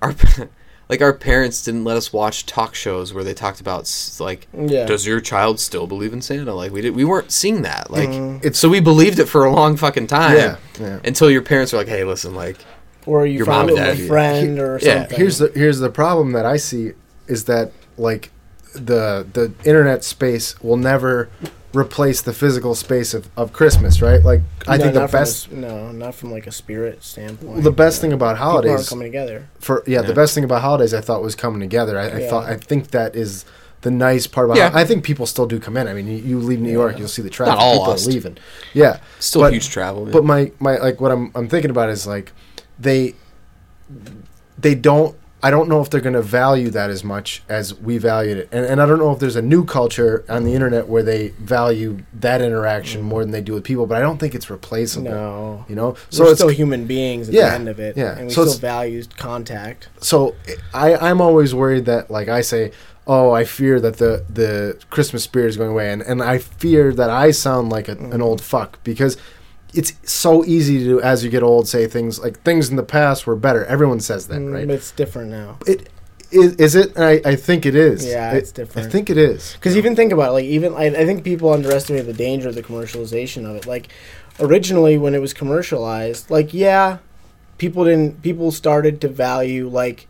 Speaker 1: our like our parents didn't let us watch talk shows where they talked about s- like
Speaker 3: Yeah.
Speaker 1: does your child still believe in Santa like we did we weren't seeing that like
Speaker 2: It's-
Speaker 1: so we believed it for a long fucking time
Speaker 2: Yeah, yeah.
Speaker 1: until your parents were like hey listen like
Speaker 3: Or you
Speaker 1: Your
Speaker 3: found
Speaker 1: mom
Speaker 3: it
Speaker 1: and
Speaker 3: with a
Speaker 1: dad.
Speaker 3: friend or
Speaker 1: Yeah,
Speaker 3: something.
Speaker 2: here's the here's the problem that I see is that like the the internet space will never replace the physical space of, of Christmas, right? Like I
Speaker 3: No,
Speaker 2: think the
Speaker 3: not from a
Speaker 2: best
Speaker 3: s- no, not from like a spirit standpoint.
Speaker 2: the best thing about
Speaker 3: people aren't
Speaker 2: holidays
Speaker 3: coming together.
Speaker 2: for yeah, the best thing about holidays I thought was coming together. I, I
Speaker 3: Yeah.
Speaker 2: thought I think that is the nice part about
Speaker 1: Yeah.
Speaker 2: I think people still do come in. I mean, you, you leave New York, you'll see the traffic.
Speaker 1: all
Speaker 2: people
Speaker 1: lost.
Speaker 2: are leaving. Yeah,
Speaker 1: still
Speaker 2: But-
Speaker 1: huge travel
Speaker 2: but my my like what I'm I'm thinking about is like they they don't I don't know if they're going to value that as much as we valued it. And, and I don't know if there's a new culture on the internet where they value that interaction more than they do with people, but I don't think it's replaceable.
Speaker 3: Mm. No.
Speaker 2: You know?
Speaker 3: So
Speaker 2: So
Speaker 3: we're
Speaker 2: it's
Speaker 3: still human beings at
Speaker 2: Yeah,
Speaker 3: the end of it.
Speaker 2: yeah.
Speaker 3: And we
Speaker 2: So
Speaker 3: still
Speaker 2: it's-
Speaker 3: value contact.
Speaker 2: so I, I'm always worried that like I say, oh, I fear that the the Christmas spirit is going away, and and I fear that I sound like a, an
Speaker 3: Mm.
Speaker 2: old fuck because it's so easy to do as you get old say things like things in the past were better. Everyone says that,
Speaker 3: Mm,
Speaker 2: right?
Speaker 3: But it's different now.
Speaker 2: It is, is it? I, I think it is.
Speaker 3: Yeah,
Speaker 2: I-
Speaker 3: it's different.
Speaker 2: I think it is.
Speaker 3: Because even think about it, like even I, I think people underestimate the danger of the commercialization of it. Like originally when it was commercialized, like yeah, people didn't people started to value like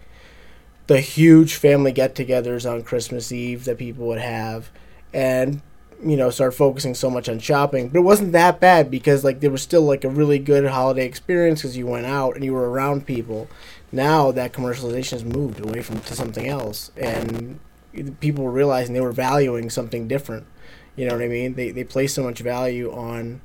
Speaker 3: the huge family get-togethers on Christmas Eve that people would have, and you know start focusing so much on shopping. But it wasn't that bad because like there was still like a really good holiday experience because you went out and you were around people. Now that commercialization has moved away from to something else and people were realizing they were valuing something different. You know what I mean? They they place so much value on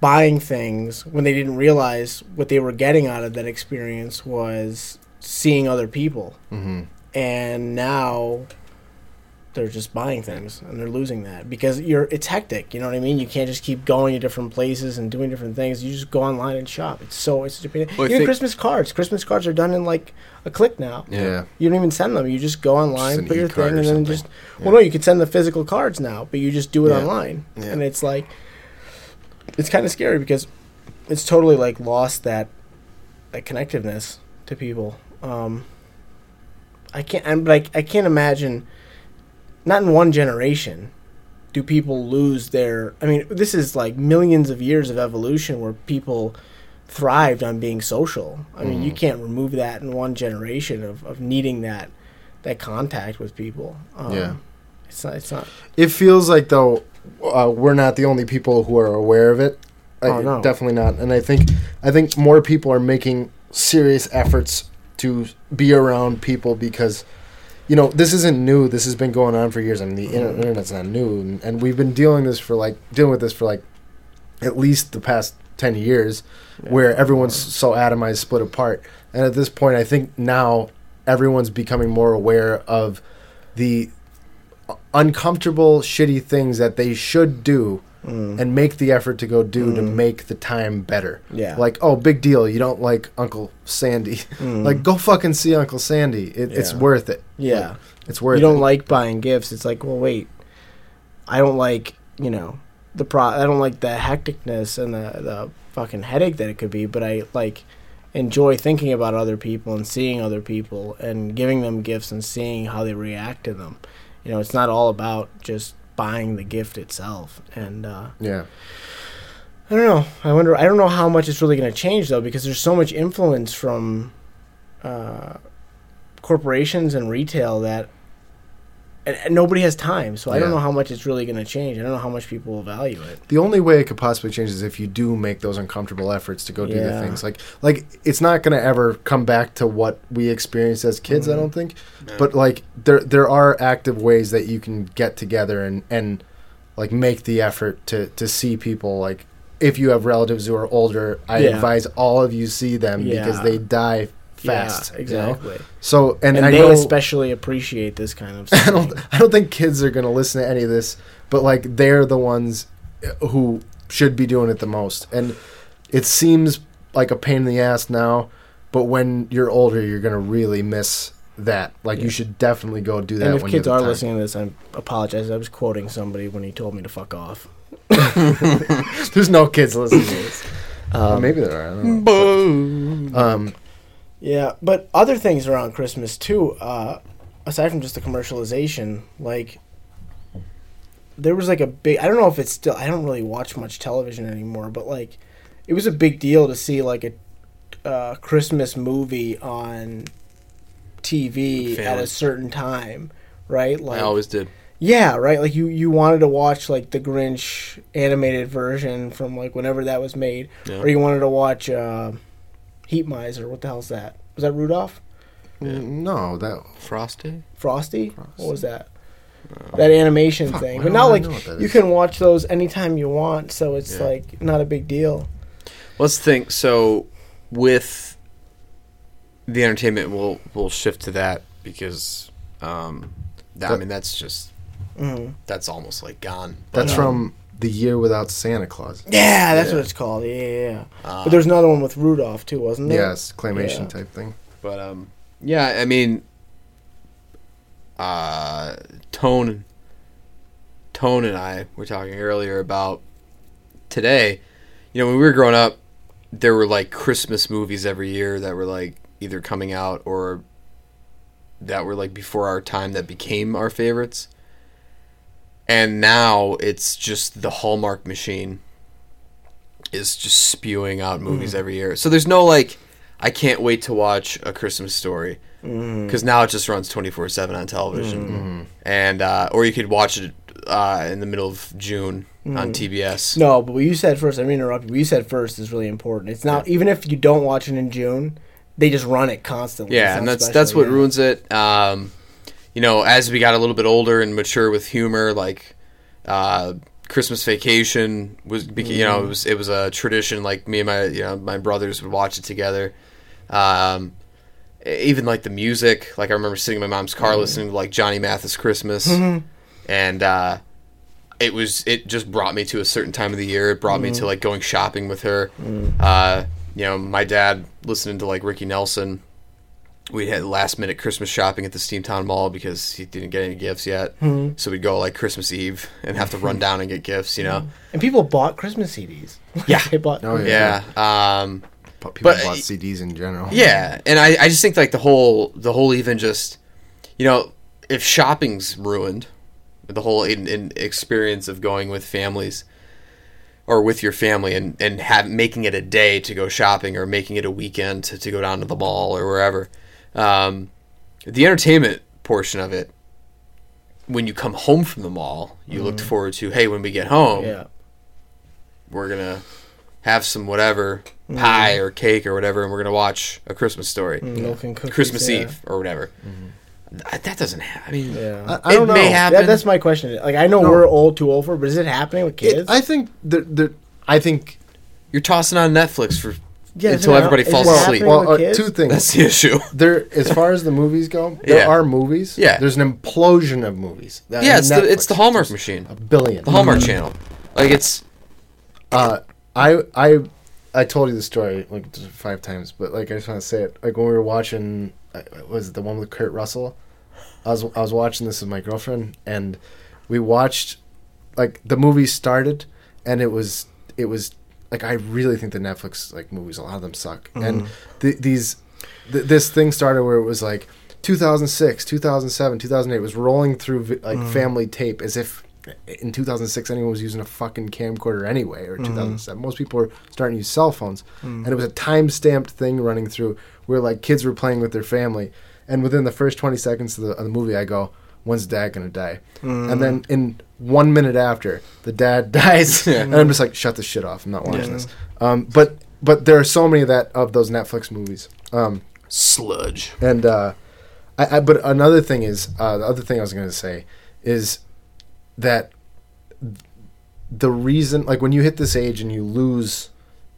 Speaker 3: buying things when they didn't realize what they were getting out of that experience was seeing other people.
Speaker 1: Mm-hmm.
Speaker 2: hmm
Speaker 3: And now they're just buying things and they're losing that because you're it's hectic, you know what I mean? You can't just keep going to different places and doing different things. You just go online and shop. It's so it's Even
Speaker 1: Well, I think-
Speaker 3: Christmas cards. Christmas cards are done in like a click now.
Speaker 2: Yeah.
Speaker 3: You don't even send them. You just go online,
Speaker 2: an
Speaker 3: put your
Speaker 2: e-card
Speaker 3: thing,
Speaker 2: or
Speaker 3: and then
Speaker 2: something.
Speaker 3: just. Well, no, you could send the physical cards now, but you just do it
Speaker 2: Yeah.
Speaker 3: online,
Speaker 2: Yeah.
Speaker 3: and it's like, it's kind of scary because it's totally like lost that that connectiveness to people. Um, I can't, I'm like, I can't imagine. Not in one generation, do people lose their. I mean, this is like millions of years of evolution where people thrived on being social. I mean,
Speaker 2: Mm.
Speaker 3: you can't remove that in one generation of, of needing that that contact with people. Um,
Speaker 2: Yeah.
Speaker 3: it's not. It's not.
Speaker 2: It feels like though uh, we're not the only people who are aware of it. I,
Speaker 3: Oh, no.
Speaker 2: Definitely not. And I think I think more people are making serious efforts to be around people because you know this isn't new. This has been going on for years. I mean, the
Speaker 3: Mm-hmm.
Speaker 2: inter- internet's not new, and, and we've been dealing this for like dealing with this for like at least the past ten years, where everyone's so atomized, split apart. And at this point, I think now everyone's becoming more aware of the uncomfortable, shitty things that they should do
Speaker 3: Mm.
Speaker 2: and make the effort to go do to
Speaker 3: Mm.
Speaker 2: make the time better.
Speaker 3: Yeah.
Speaker 2: Like, oh, big deal. You don't like Uncle Sandy.
Speaker 3: Mm.
Speaker 2: like, go fucking see Uncle Sandy. It, It's
Speaker 3: Yeah.
Speaker 2: worth it.
Speaker 3: yeah.
Speaker 2: It's worth
Speaker 3: you don't
Speaker 2: it.
Speaker 3: like buying gifts. It's like, well, wait, I don't like you know the pro. I don't like the hecticness and the the fucking headache that it could be. But I like enjoy thinking about other people and seeing other people and giving them gifts and seeing how they react to them. You know, it's not all about just buying the gift itself. And uh,
Speaker 2: yeah.
Speaker 3: I don't know. I wonder. I don't know how much it's really going to change though, because there's so much influence from uh, corporations and retail that, and, and nobody has time. So I don't
Speaker 2: Yeah.
Speaker 3: know how much it's really going to change. I don't know how much people will value it.
Speaker 2: The only way it could possibly change is if you do make those uncomfortable efforts to go do the
Speaker 3: Yeah.
Speaker 2: things. Like, like it's not going to ever come back to what we experienced as kids.
Speaker 3: Mm-hmm.
Speaker 2: I don't think. But like, there there are active ways that you can get together and and like make the effort to to see people. Like, if you have relatives who are older, I
Speaker 3: Yeah.
Speaker 2: advise all of you see them because
Speaker 3: Yeah.
Speaker 2: they die fast.
Speaker 3: Yeah,
Speaker 2: you know?
Speaker 3: exactly.
Speaker 2: So and,
Speaker 3: And,
Speaker 2: I
Speaker 3: they
Speaker 2: know,
Speaker 3: especially appreciate this kind of.
Speaker 2: I
Speaker 3: Stuff.
Speaker 2: don't I don't think kids are going to listen to any of this, but like they're the ones who should be doing it the most. And it seems like a pain in the ass now, but when you're older, you're going to really miss that. Like
Speaker 3: Yeah.
Speaker 2: you should definitely go do that.
Speaker 3: and if
Speaker 2: when
Speaker 3: kids
Speaker 2: you
Speaker 3: are
Speaker 2: have the time.
Speaker 3: listening to this, I apologize. I was quoting somebody when he told me to fuck off.
Speaker 2: there's no kids listening to this. Uh,
Speaker 1: Um,
Speaker 2: maybe there are. I don't know.
Speaker 1: Boom.
Speaker 2: Um,
Speaker 3: Yeah, but other things around Christmas too, uh, aside from just the commercialization, like there was like a big I don't know if it's still I don't really watch much television anymore, but like it was a big deal to see like a uh, Christmas movie on TV at
Speaker 1: Family.
Speaker 3: a certain time, right? Like
Speaker 1: I always did.
Speaker 3: yeah, right. Like you, you wanted to watch like the Grinch animated version from like whenever that was made,
Speaker 1: Yeah.
Speaker 3: or you wanted to watch uh, Heat Miser. What the hell's that? Was that Rudolph?
Speaker 2: Mm, No, that
Speaker 1: Frosty?
Speaker 3: Frosty? What was that? that animation
Speaker 2: Fuck,
Speaker 3: thing.
Speaker 2: why don't
Speaker 3: But now
Speaker 2: I
Speaker 3: like
Speaker 2: know what that
Speaker 3: you
Speaker 2: is?
Speaker 3: can watch those anytime you want, so it's
Speaker 1: Yeah.
Speaker 3: like not a big deal.
Speaker 1: Let's think. So, with the entertainment will will shift to that because um, that, I
Speaker 2: That-
Speaker 1: mean that's just
Speaker 3: Mhm.
Speaker 1: that's almost like gone. But,
Speaker 2: That's from the year without Santa Claus.
Speaker 3: Yeah, that's
Speaker 1: Yeah.
Speaker 3: what it's called. Yeah, yeah, yeah.
Speaker 1: uh,
Speaker 3: but there's another one with Rudolph too, wasn't there?
Speaker 2: Yes, claymation
Speaker 3: Yeah.
Speaker 2: type thing.
Speaker 1: But um, yeah, I mean, uh, Tone, Tone and I were talking earlier about today. You know, when we were growing up, there were like Christmas movies every year that were like either coming out or that were like before our time that became our favorites. And now it's just the Hallmark machine is just spewing out movies every year. So there's no like I can't wait to watch A Christmas Story
Speaker 3: Mm-hmm.
Speaker 1: because now it just runs twenty four seven on television, and uh, or you could watch it uh, in the middle of June on TBS.
Speaker 3: No, but what you said first, I mean, interrupt you. What you said first is really important. It's not even if you don't watch it in June, they just run it constantly. It's
Speaker 1: yeah, and
Speaker 3: not
Speaker 1: that's
Speaker 3: special,
Speaker 1: that's what
Speaker 3: yeah.
Speaker 1: ruins it. Um, you know, as we got a little bit older and mature with humor, like uh, Christmas Vacation was, beca- you
Speaker 3: Mm-hmm.
Speaker 1: know, it was it was a tradition. Like me and my you know my brothers would watch it together. Um, e- even like the music, like I remember sitting in my mom's
Speaker 3: Mm-hmm.
Speaker 1: car listening to like Johnny Mathis Christmas, and uh, it was it just brought me to a certain time of the year. It brought me
Speaker 3: Mm-hmm.
Speaker 1: to like going shopping with her. Uh, you know, my dad listening to like Ricky Nelson. We had last minute Christmas shopping at the Steamtown Mall because he didn't get any gifts yet. So we'd go like Christmas Eve and have to run down and get gifts. You know.
Speaker 3: And people bought Christmas CDs. Yeah, they bought.
Speaker 2: Oh,
Speaker 1: Yeah. Um,
Speaker 2: But people
Speaker 1: But-
Speaker 2: bought CDs in general.
Speaker 1: yeah, and I, I just think like the whole the whole even just you know if shopping's ruined, the whole in, in experience of going with families or with your family and and have making it a day to go shopping or making it a weekend to, to go down to the mall or wherever. Um, the entertainment portion of it when you come home from the mall, you looked forward to hey when we get home
Speaker 3: Yeah.
Speaker 1: we're gonna have some whatever pie or cake or whatever, and we're gonna watch a Christmas story,
Speaker 3: Milk and cookies,
Speaker 1: Christmas
Speaker 3: yeah.
Speaker 1: Eve or whatever. Th- Mm-hmm. That doesn't happen. I mean,
Speaker 3: Yeah.
Speaker 2: I, I don't
Speaker 1: It
Speaker 2: know.
Speaker 1: may happen.
Speaker 3: That, that's my question. Like, I know we're old, too old for, it, but is it happening with
Speaker 2: It-
Speaker 3: kids?
Speaker 2: I think that that I think
Speaker 1: you're tossing on Netflix for
Speaker 3: Yeah,
Speaker 1: until
Speaker 3: is it-
Speaker 1: everybody
Speaker 3: is it
Speaker 1: falls asleep.
Speaker 3: happening?
Speaker 2: well,
Speaker 3: with
Speaker 2: uh,
Speaker 3: kids?
Speaker 2: two things.
Speaker 1: That's the issue.
Speaker 2: there, as far as the movies go, there
Speaker 1: Yeah.
Speaker 2: are movies.
Speaker 1: Yeah.
Speaker 2: there's an implosion of movies. That-
Speaker 1: yeah, it's the it's the
Speaker 2: Netflix,
Speaker 1: Hallmark
Speaker 2: just
Speaker 1: machine,
Speaker 2: A billion. Mm-hmm.
Speaker 1: the Hallmark Channel. Like it's
Speaker 2: Uh, I I I told you the story like just five times, but like I just want to say it. Like when we were watching, uh, was it the one with Kurt Russell? I was I was watching this with my girlfriend, and we watched like the movie started, and it was it was like I really think the Netflix like movies a lot of them suck, and th- these th- this thing started where it was like 2006, 2007, 2008 it was rolling through vi- like family tape as if in 2006 anyone was using a fucking camcorder anyway or 2007 most people were starting to use cell phones and it was a time-stamped thing running through where like kids were playing with their family and within the first 20 seconds of the, of the movie i go when's dad gonna die and then in one minute after the dad dies and i'm just like shut this shit off i'm not watching this um, but but there are so many of that of those netflix movies um,
Speaker 1: sludge.
Speaker 2: and uh, I, I, but another thing is uh, the other thing I was going to say is that the reason, like when you hit this age and you lose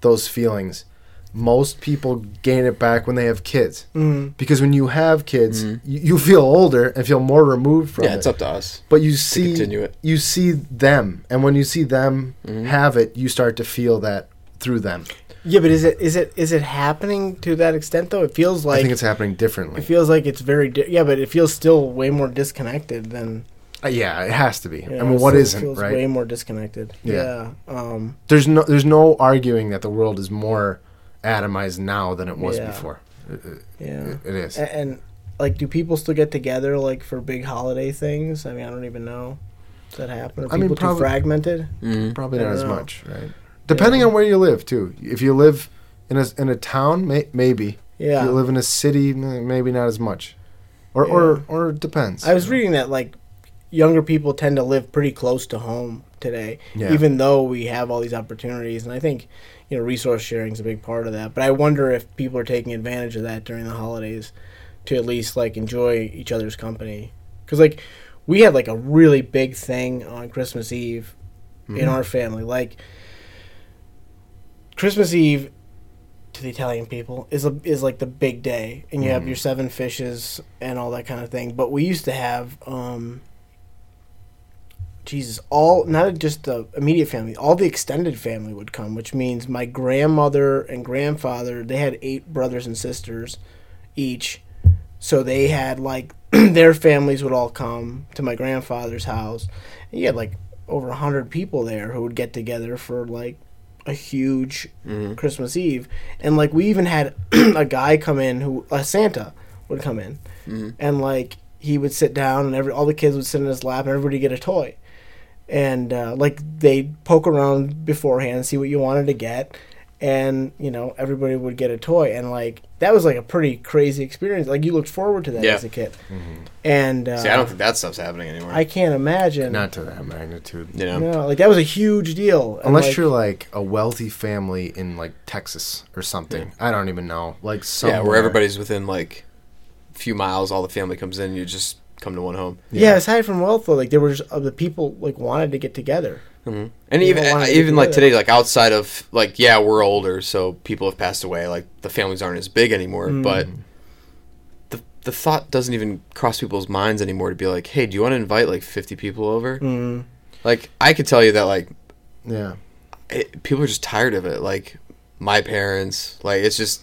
Speaker 2: those feelings, most people gain it back when they have kids.
Speaker 3: Mm-hmm.
Speaker 2: Mm. Because when you have kids, you, you feel older and feel more removed from
Speaker 1: Mm-hmm. Yeah,
Speaker 2: it
Speaker 1: it's up to us.
Speaker 2: but you see
Speaker 1: continue it. Mm-hmm.
Speaker 2: you see them and when you see them have it you start to feel that through them
Speaker 3: yeah, but is it is it is it happening to that extent though? It feels
Speaker 2: i
Speaker 3: like
Speaker 2: think it's happening differently
Speaker 3: it feels like it's very di- yeah, but it feels still way more disconnected than.
Speaker 2: Uh, yeah it has to be
Speaker 3: You
Speaker 2: i
Speaker 3: know,
Speaker 2: mean
Speaker 3: it
Speaker 2: what
Speaker 3: still
Speaker 2: isn't
Speaker 3: feels
Speaker 2: right
Speaker 3: Way more disconnected.
Speaker 2: Yeah.
Speaker 3: Yeah. Um,
Speaker 2: there's no there's no arguing that the world is more atomized now than it was
Speaker 3: Yeah. Eh,
Speaker 2: before
Speaker 3: yeah.
Speaker 2: it, it is
Speaker 3: A- and like, do people still get together like for big holiday things? I mean, I don't even know. Does that happen? Are
Speaker 2: I mean,
Speaker 3: people
Speaker 2: probably-
Speaker 3: too fragmented?
Speaker 2: probably
Speaker 3: I
Speaker 2: not
Speaker 3: don't
Speaker 2: as
Speaker 3: know.
Speaker 2: much right depending
Speaker 3: Yeah.
Speaker 2: on where you live too if you live in a in a town may, maybe if
Speaker 3: Yeah.
Speaker 2: you live in a city m- maybe not as much or or or it depends
Speaker 3: I was reading that like younger people tend to live pretty close to home today,
Speaker 2: Yeah.
Speaker 3: even though we have all these opportunities. And I think you know resource sharing is a big part of that. But I wonder if people are taking advantage of that during the holidays to at least like enjoy each other's company. Because like we had like a really big thing on Christmas Eve in our family, like. Christmas Eve to the Italian people is a, is like the big day, and you have
Speaker 1: Mhm.
Speaker 3: your seven fishes and all that kind of thing. But we used to have, um, Jesus, all not just the immediate family, all the extended family would come, which means my grandmother and grandfather. They had eight brothers and sisters, each, so they had like their families would all come to my grandfather's house. And you had like over a hundred people there who would get together for like a huge
Speaker 1: Mhm.
Speaker 3: Christmas Eve, and like we even had a guy come in who a Santa would come in,
Speaker 1: Mhm.
Speaker 3: and like he would sit down, and every all the kids would sit in his lap, and everybody would get a toy, and uh, like they'd poke around beforehand, see what you wanted to get, and you know everybody would get a toy, and like that was like a pretty crazy experience. Like you looked forward to that
Speaker 1: Yeah.
Speaker 3: as a kid,
Speaker 2: Mm-hmm.
Speaker 3: and uh,
Speaker 1: See, I don't think that stuff's happening anymore.
Speaker 3: I can't imagine.
Speaker 2: Not to that magnitude.
Speaker 1: you know,
Speaker 3: No, like that was a huge deal. and,
Speaker 2: Unless
Speaker 3: like,
Speaker 2: you're like a wealthy family in like Texas or something. I don't even know. Like somewhere.
Speaker 1: yeah, where everybody's within like a few miles, all the family comes in, you just come to one home.
Speaker 3: Yeah. aside from wealth, though, like there was uh, the people like wanted to get together.
Speaker 1: Mm-hmm. And
Speaker 3: You
Speaker 1: even
Speaker 3: don't wanna get
Speaker 1: even like
Speaker 3: together.
Speaker 1: today, like outside of like yeah, we're older, so people have passed away. Like the families aren't as big anymore,
Speaker 3: Mm.
Speaker 1: but the the thought doesn't even cross people's minds anymore to be like, hey, do you want to invite like fifty people over?
Speaker 2: Mm-hmm.
Speaker 3: Mm.
Speaker 1: Like I could tell you that like
Speaker 2: Yeah.
Speaker 1: it, people are just tired of it. Like my parents, like it's just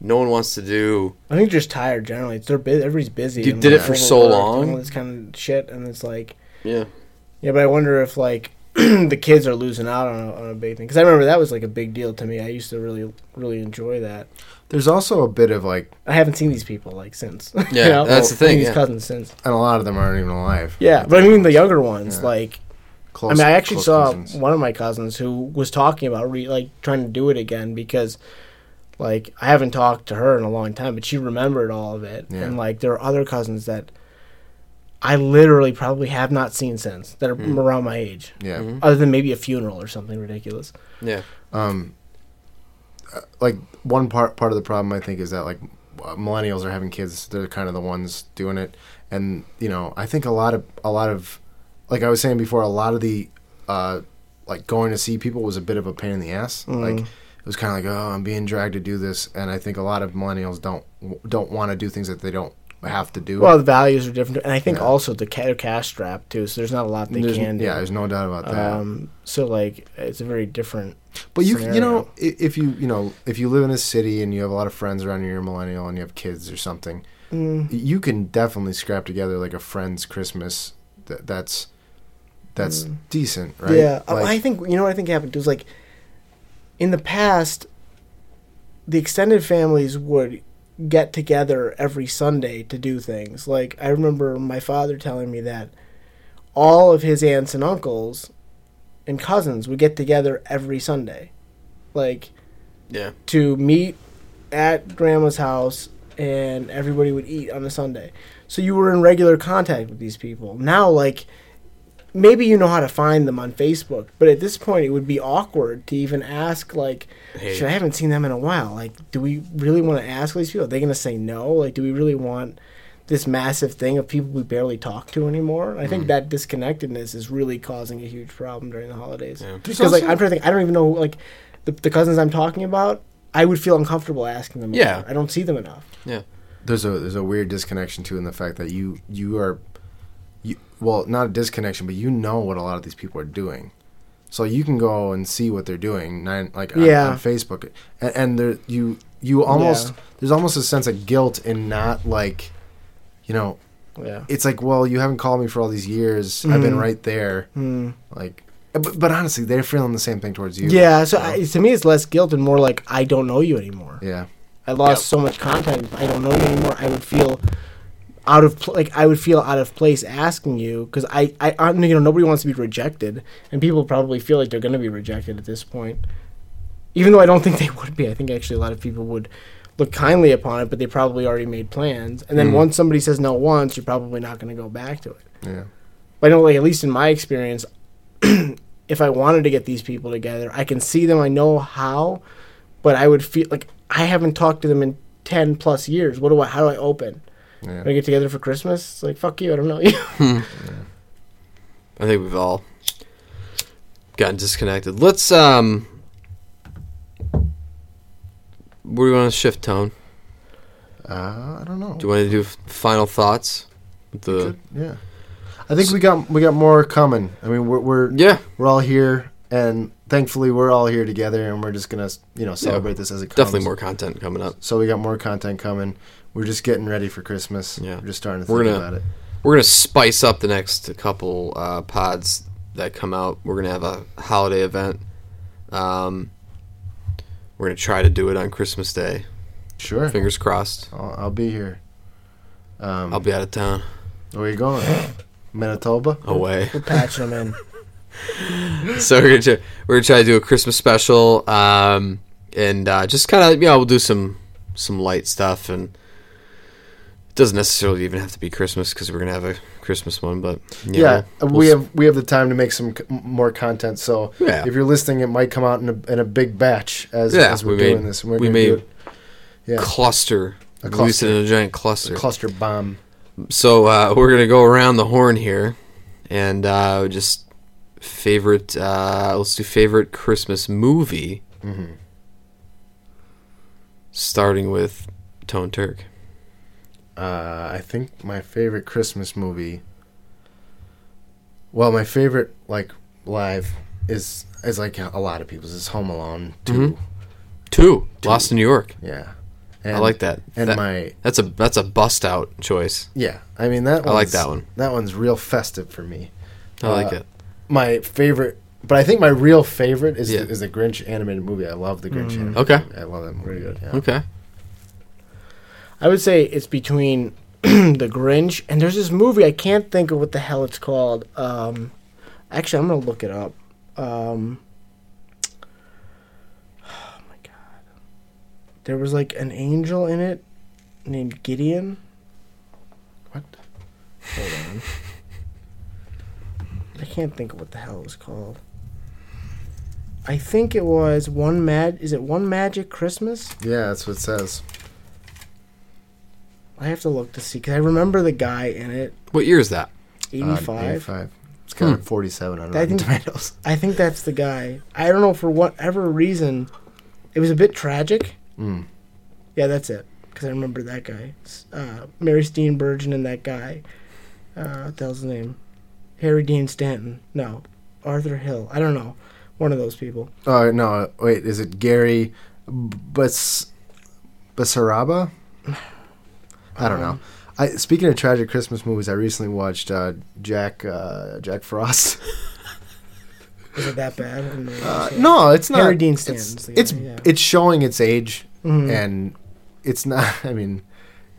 Speaker 1: no one wants to do.
Speaker 3: I think just tired generally. It's they're busy. Everybody's busy.
Speaker 1: You
Speaker 3: and,
Speaker 1: did
Speaker 3: like,
Speaker 1: it for so
Speaker 3: overworked
Speaker 1: long.
Speaker 3: and all this kind of shit, and it's like,
Speaker 1: Yeah,
Speaker 3: yeah, but I wonder if like the kids are losing out on a, on a big thing because I remember that was like a big deal to me. I used to really really enjoy that.
Speaker 2: There's also a bit of like,
Speaker 3: I haven't seen these people like since. You
Speaker 1: Yeah,
Speaker 3: know?
Speaker 1: that's the
Speaker 3: Seen
Speaker 1: thing,
Speaker 3: These
Speaker 1: yeah.
Speaker 3: cousins since.
Speaker 2: and a lot of them aren't even alive.
Speaker 3: Yeah, but I mean the younger ones
Speaker 2: Yeah.
Speaker 3: like
Speaker 2: Close,
Speaker 3: I mean, I actually
Speaker 2: close
Speaker 3: saw
Speaker 2: cousins.
Speaker 3: one of my cousins who was talking about re- like trying to do it again because, like, I haven't talked to her in a long time, but she remembered all of it,
Speaker 2: Yeah.
Speaker 3: and like there are other cousins that I literally probably have not seen since that are
Speaker 2: Hmm.
Speaker 3: around my age,
Speaker 2: Yeah.
Speaker 1: Mhm.
Speaker 3: other than maybe a funeral or something ridiculous.
Speaker 1: yeah,
Speaker 2: um, uh, like one part part of the problem I think is that like uh, millennials are having kids; they're kind of the ones doing it, and you know I think a lot of a lot of like I was saying before, a lot of the uh, like going to see people was a bit of a pain in the ass.
Speaker 3: Mm-hmm.
Speaker 2: Like it was kind of like oh I'm being dragged to do this, and I think a lot of millennials don't don't want to do things that they don't have to do.
Speaker 3: Well, the values are different, and I think
Speaker 2: Yeah.
Speaker 3: also the ca- they're cash strapped too, so there's not a lot they
Speaker 2: There's-
Speaker 3: can do.
Speaker 2: yeah, there's no doubt about that.
Speaker 3: um, so like it's a very different.
Speaker 2: But you you know
Speaker 3: scenario.
Speaker 2: i- if you you know if you live in a city and you have a lot of friends around you, you're a millennial and you have kids or something,
Speaker 3: Mm.
Speaker 2: you can definitely scrap together like a friend's Christmas. That, that's that's decent, right?
Speaker 3: Mm. Yeah, Oh, I-
Speaker 2: Like,
Speaker 3: I think you know what I think happened was like in the past, the extended families would get together every Sunday to do things. Like I remember my father telling me that all of his aunts and uncles and cousins would get together every Sunday, like
Speaker 1: yeah.
Speaker 3: to meet at grandma's house and everybody would eat on a Sunday. So you were in regular contact with these people. Now like maybe you know how to find them on Facebook, but at this point it would be awkward to even ask like
Speaker 1: Hey.
Speaker 3: shit, I haven't seen them in a while. Like do we really want to ask these people? Are they going to say no? Like do we really want this massive thing of people we barely talk to anymore. I
Speaker 1: Mm.
Speaker 3: think that disconnectedness is really causing a huge problem during the holidays.
Speaker 1: Yeah.
Speaker 3: Because
Speaker 2: There's
Speaker 3: like
Speaker 2: also-
Speaker 3: I'm trying to think, I don't even know like the, the cousins I'm talking about. I would feel uncomfortable asking them.
Speaker 1: Yeah.
Speaker 3: over. I don't see them enough.
Speaker 2: there's a there's a weird disconnection too in the fact that you you are, you well not a disconnection, but you know what a lot of these people are doing, so you can go and see what they're doing, nine, like on-
Speaker 3: Yeah.
Speaker 2: on, Facebook, and, and there you you almost
Speaker 3: Yeah.
Speaker 2: there's almost a sense of guilt in not like, you know,
Speaker 3: Yeah,
Speaker 2: it's like, well, you haven't called me for all these years. I've been
Speaker 3: Mm.
Speaker 2: right there.
Speaker 3: mm.
Speaker 2: Like, but, but honestly, they're feeling the same thing towards you.
Speaker 3: yeah. So
Speaker 2: you know?
Speaker 3: I, to me, it's less guilt and more like I don't know you anymore.
Speaker 2: yeah,
Speaker 3: I lost so much contact. I don't know you anymore. I would feel out of pl- like I would feel out of place asking you because I I I- you know nobody wants to be rejected, and people probably feel like they're going to be rejected at this point. Even though I don't think they would be, I think actually a lot of people would look kindly upon it, but they probably already made plans. And then
Speaker 2: Mhm.
Speaker 3: once somebody says no once, you're probably not going to go back to it.
Speaker 2: yeah.
Speaker 3: But I know, like at least in my experience, if I wanted to get these people together, I can see them. I know how, but I would feel like I haven't talked to them in ten plus years. What do I? How do I open?
Speaker 2: yeah.
Speaker 3: Do I get together for Christmas? It's like fuck you. I don't know you.
Speaker 1: I think we've all gotten disconnected. Let's um Where do you want to shift tone?
Speaker 2: Uh, I don't know.
Speaker 1: Do you want to do f- final thoughts? With the
Speaker 2: yeah, I think we got we got more coming. I mean, we're we're
Speaker 1: yeah,
Speaker 2: we're all here, and thankfully we're all here together, and we're just gonna you know celebrate this as it comes.
Speaker 1: definitely more content coming up.
Speaker 2: So we got more content coming. We're just getting ready for Christmas.
Speaker 1: Yeah.
Speaker 2: we're just starting to think
Speaker 1: We're gonna-
Speaker 2: about it.
Speaker 1: We're gonna spice up the next couple uh, pods that come out. We're gonna have a holiday event. Um, we're gonna try to do it on Christmas Day.
Speaker 2: Sure,
Speaker 1: Fingers crossed.
Speaker 2: I'll, I'll be here. Um,
Speaker 1: I'll be out of town.
Speaker 2: where are you going? Manitoba.
Speaker 1: Away.
Speaker 3: We're patching them in.
Speaker 1: so we're gonna try, we're gonna try to do a Christmas special, um, and uh, just kind of yeah, we'll do some some light stuff, and it doesn't necessarily even have to be Christmas because we're gonna have a Christmas one, but yeah,
Speaker 2: Yeah, uh,
Speaker 1: we'll-
Speaker 2: we have we have the time to make some c- m- more content. So
Speaker 1: Yeah.
Speaker 2: if you're listening, it might come out in a, in a big batch as,
Speaker 1: Yeah,
Speaker 2: as
Speaker 1: we
Speaker 2: we're
Speaker 1: may-
Speaker 2: doing this. And we're
Speaker 1: we
Speaker 2: gonna
Speaker 1: may-
Speaker 2: do it- yeah,
Speaker 1: cluster.
Speaker 2: A
Speaker 1: Release it in a giant cluster.
Speaker 2: cluster bomb.
Speaker 1: so uh, we're gonna go around the horn here, and uh, just favorite. Uh, let's do favorite Christmas movie,
Speaker 2: Mhm.
Speaker 1: starting with Tone Turk.
Speaker 2: Uh, I think my favorite Christmas movie. Well, my favorite like live is is like a lot of people's. Is Home Alone too.
Speaker 1: Two, Lost in New York.
Speaker 2: Yeah, and,
Speaker 1: Mm-hmm. I like that.
Speaker 2: And
Speaker 1: That-
Speaker 2: my
Speaker 1: That's a that's a bust out choice.
Speaker 2: yeah, I mean that.
Speaker 1: I like
Speaker 2: one's-
Speaker 1: that one.
Speaker 2: That one's real festive for me.
Speaker 1: I like
Speaker 2: Uh,
Speaker 1: it.
Speaker 2: my favorite, but I think my real favorite is
Speaker 1: Yeah.
Speaker 2: the, is the Grinch animated movie. I love the
Speaker 3: Mm.
Speaker 2: Grinch. Animated
Speaker 1: Okay.
Speaker 2: movie. I love that movie. Yeah.
Speaker 1: Okay.
Speaker 3: I would say it's between the Grinch and there's this movie I can't think of what the hell it's called. Um, actually, I'm gonna look it up. Um, oh my god, there was like an angel in it named Gideon.
Speaker 2: What?
Speaker 3: Hold on. I can't think of what the hell it was called. I think it was one mag. Is it one magic Christmas?
Speaker 2: Yeah, that's what it says.
Speaker 3: I have to look to see because I remember the guy in it.
Speaker 1: What year is that?
Speaker 2: Uh,
Speaker 3: 85.
Speaker 2: 85. It's got
Speaker 1: Hmm.
Speaker 2: a 47 on
Speaker 3: I
Speaker 2: Rotten
Speaker 3: think-
Speaker 2: Tomatoes.
Speaker 3: I think that's the guy. I don't know for whatever reason, it was a bit tragic.
Speaker 2: Mm.
Speaker 3: Yeah, that's it. Because I remember that guy, S- uh, Mary Steenburgen, and that guy. Uh, what the hell's his name? Harry Dean Stanton. No, Arthur Hill. I don't know. One of those people.
Speaker 2: Oh no! uh, Wait, is it Gary Bas Basaraba? I
Speaker 3: Um,
Speaker 2: don't know. I, speaking of tragic Christmas movies, I recently watched uh, Jack uh, Jack Frost.
Speaker 3: Is it that bad? I don't know.
Speaker 2: Uh, no, it's not.
Speaker 3: Harry Dean Stanton's
Speaker 2: It's
Speaker 3: the guy,
Speaker 2: it's,
Speaker 3: yeah.
Speaker 2: it's showing its age,
Speaker 3: Mhm.
Speaker 2: and it's not. I mean,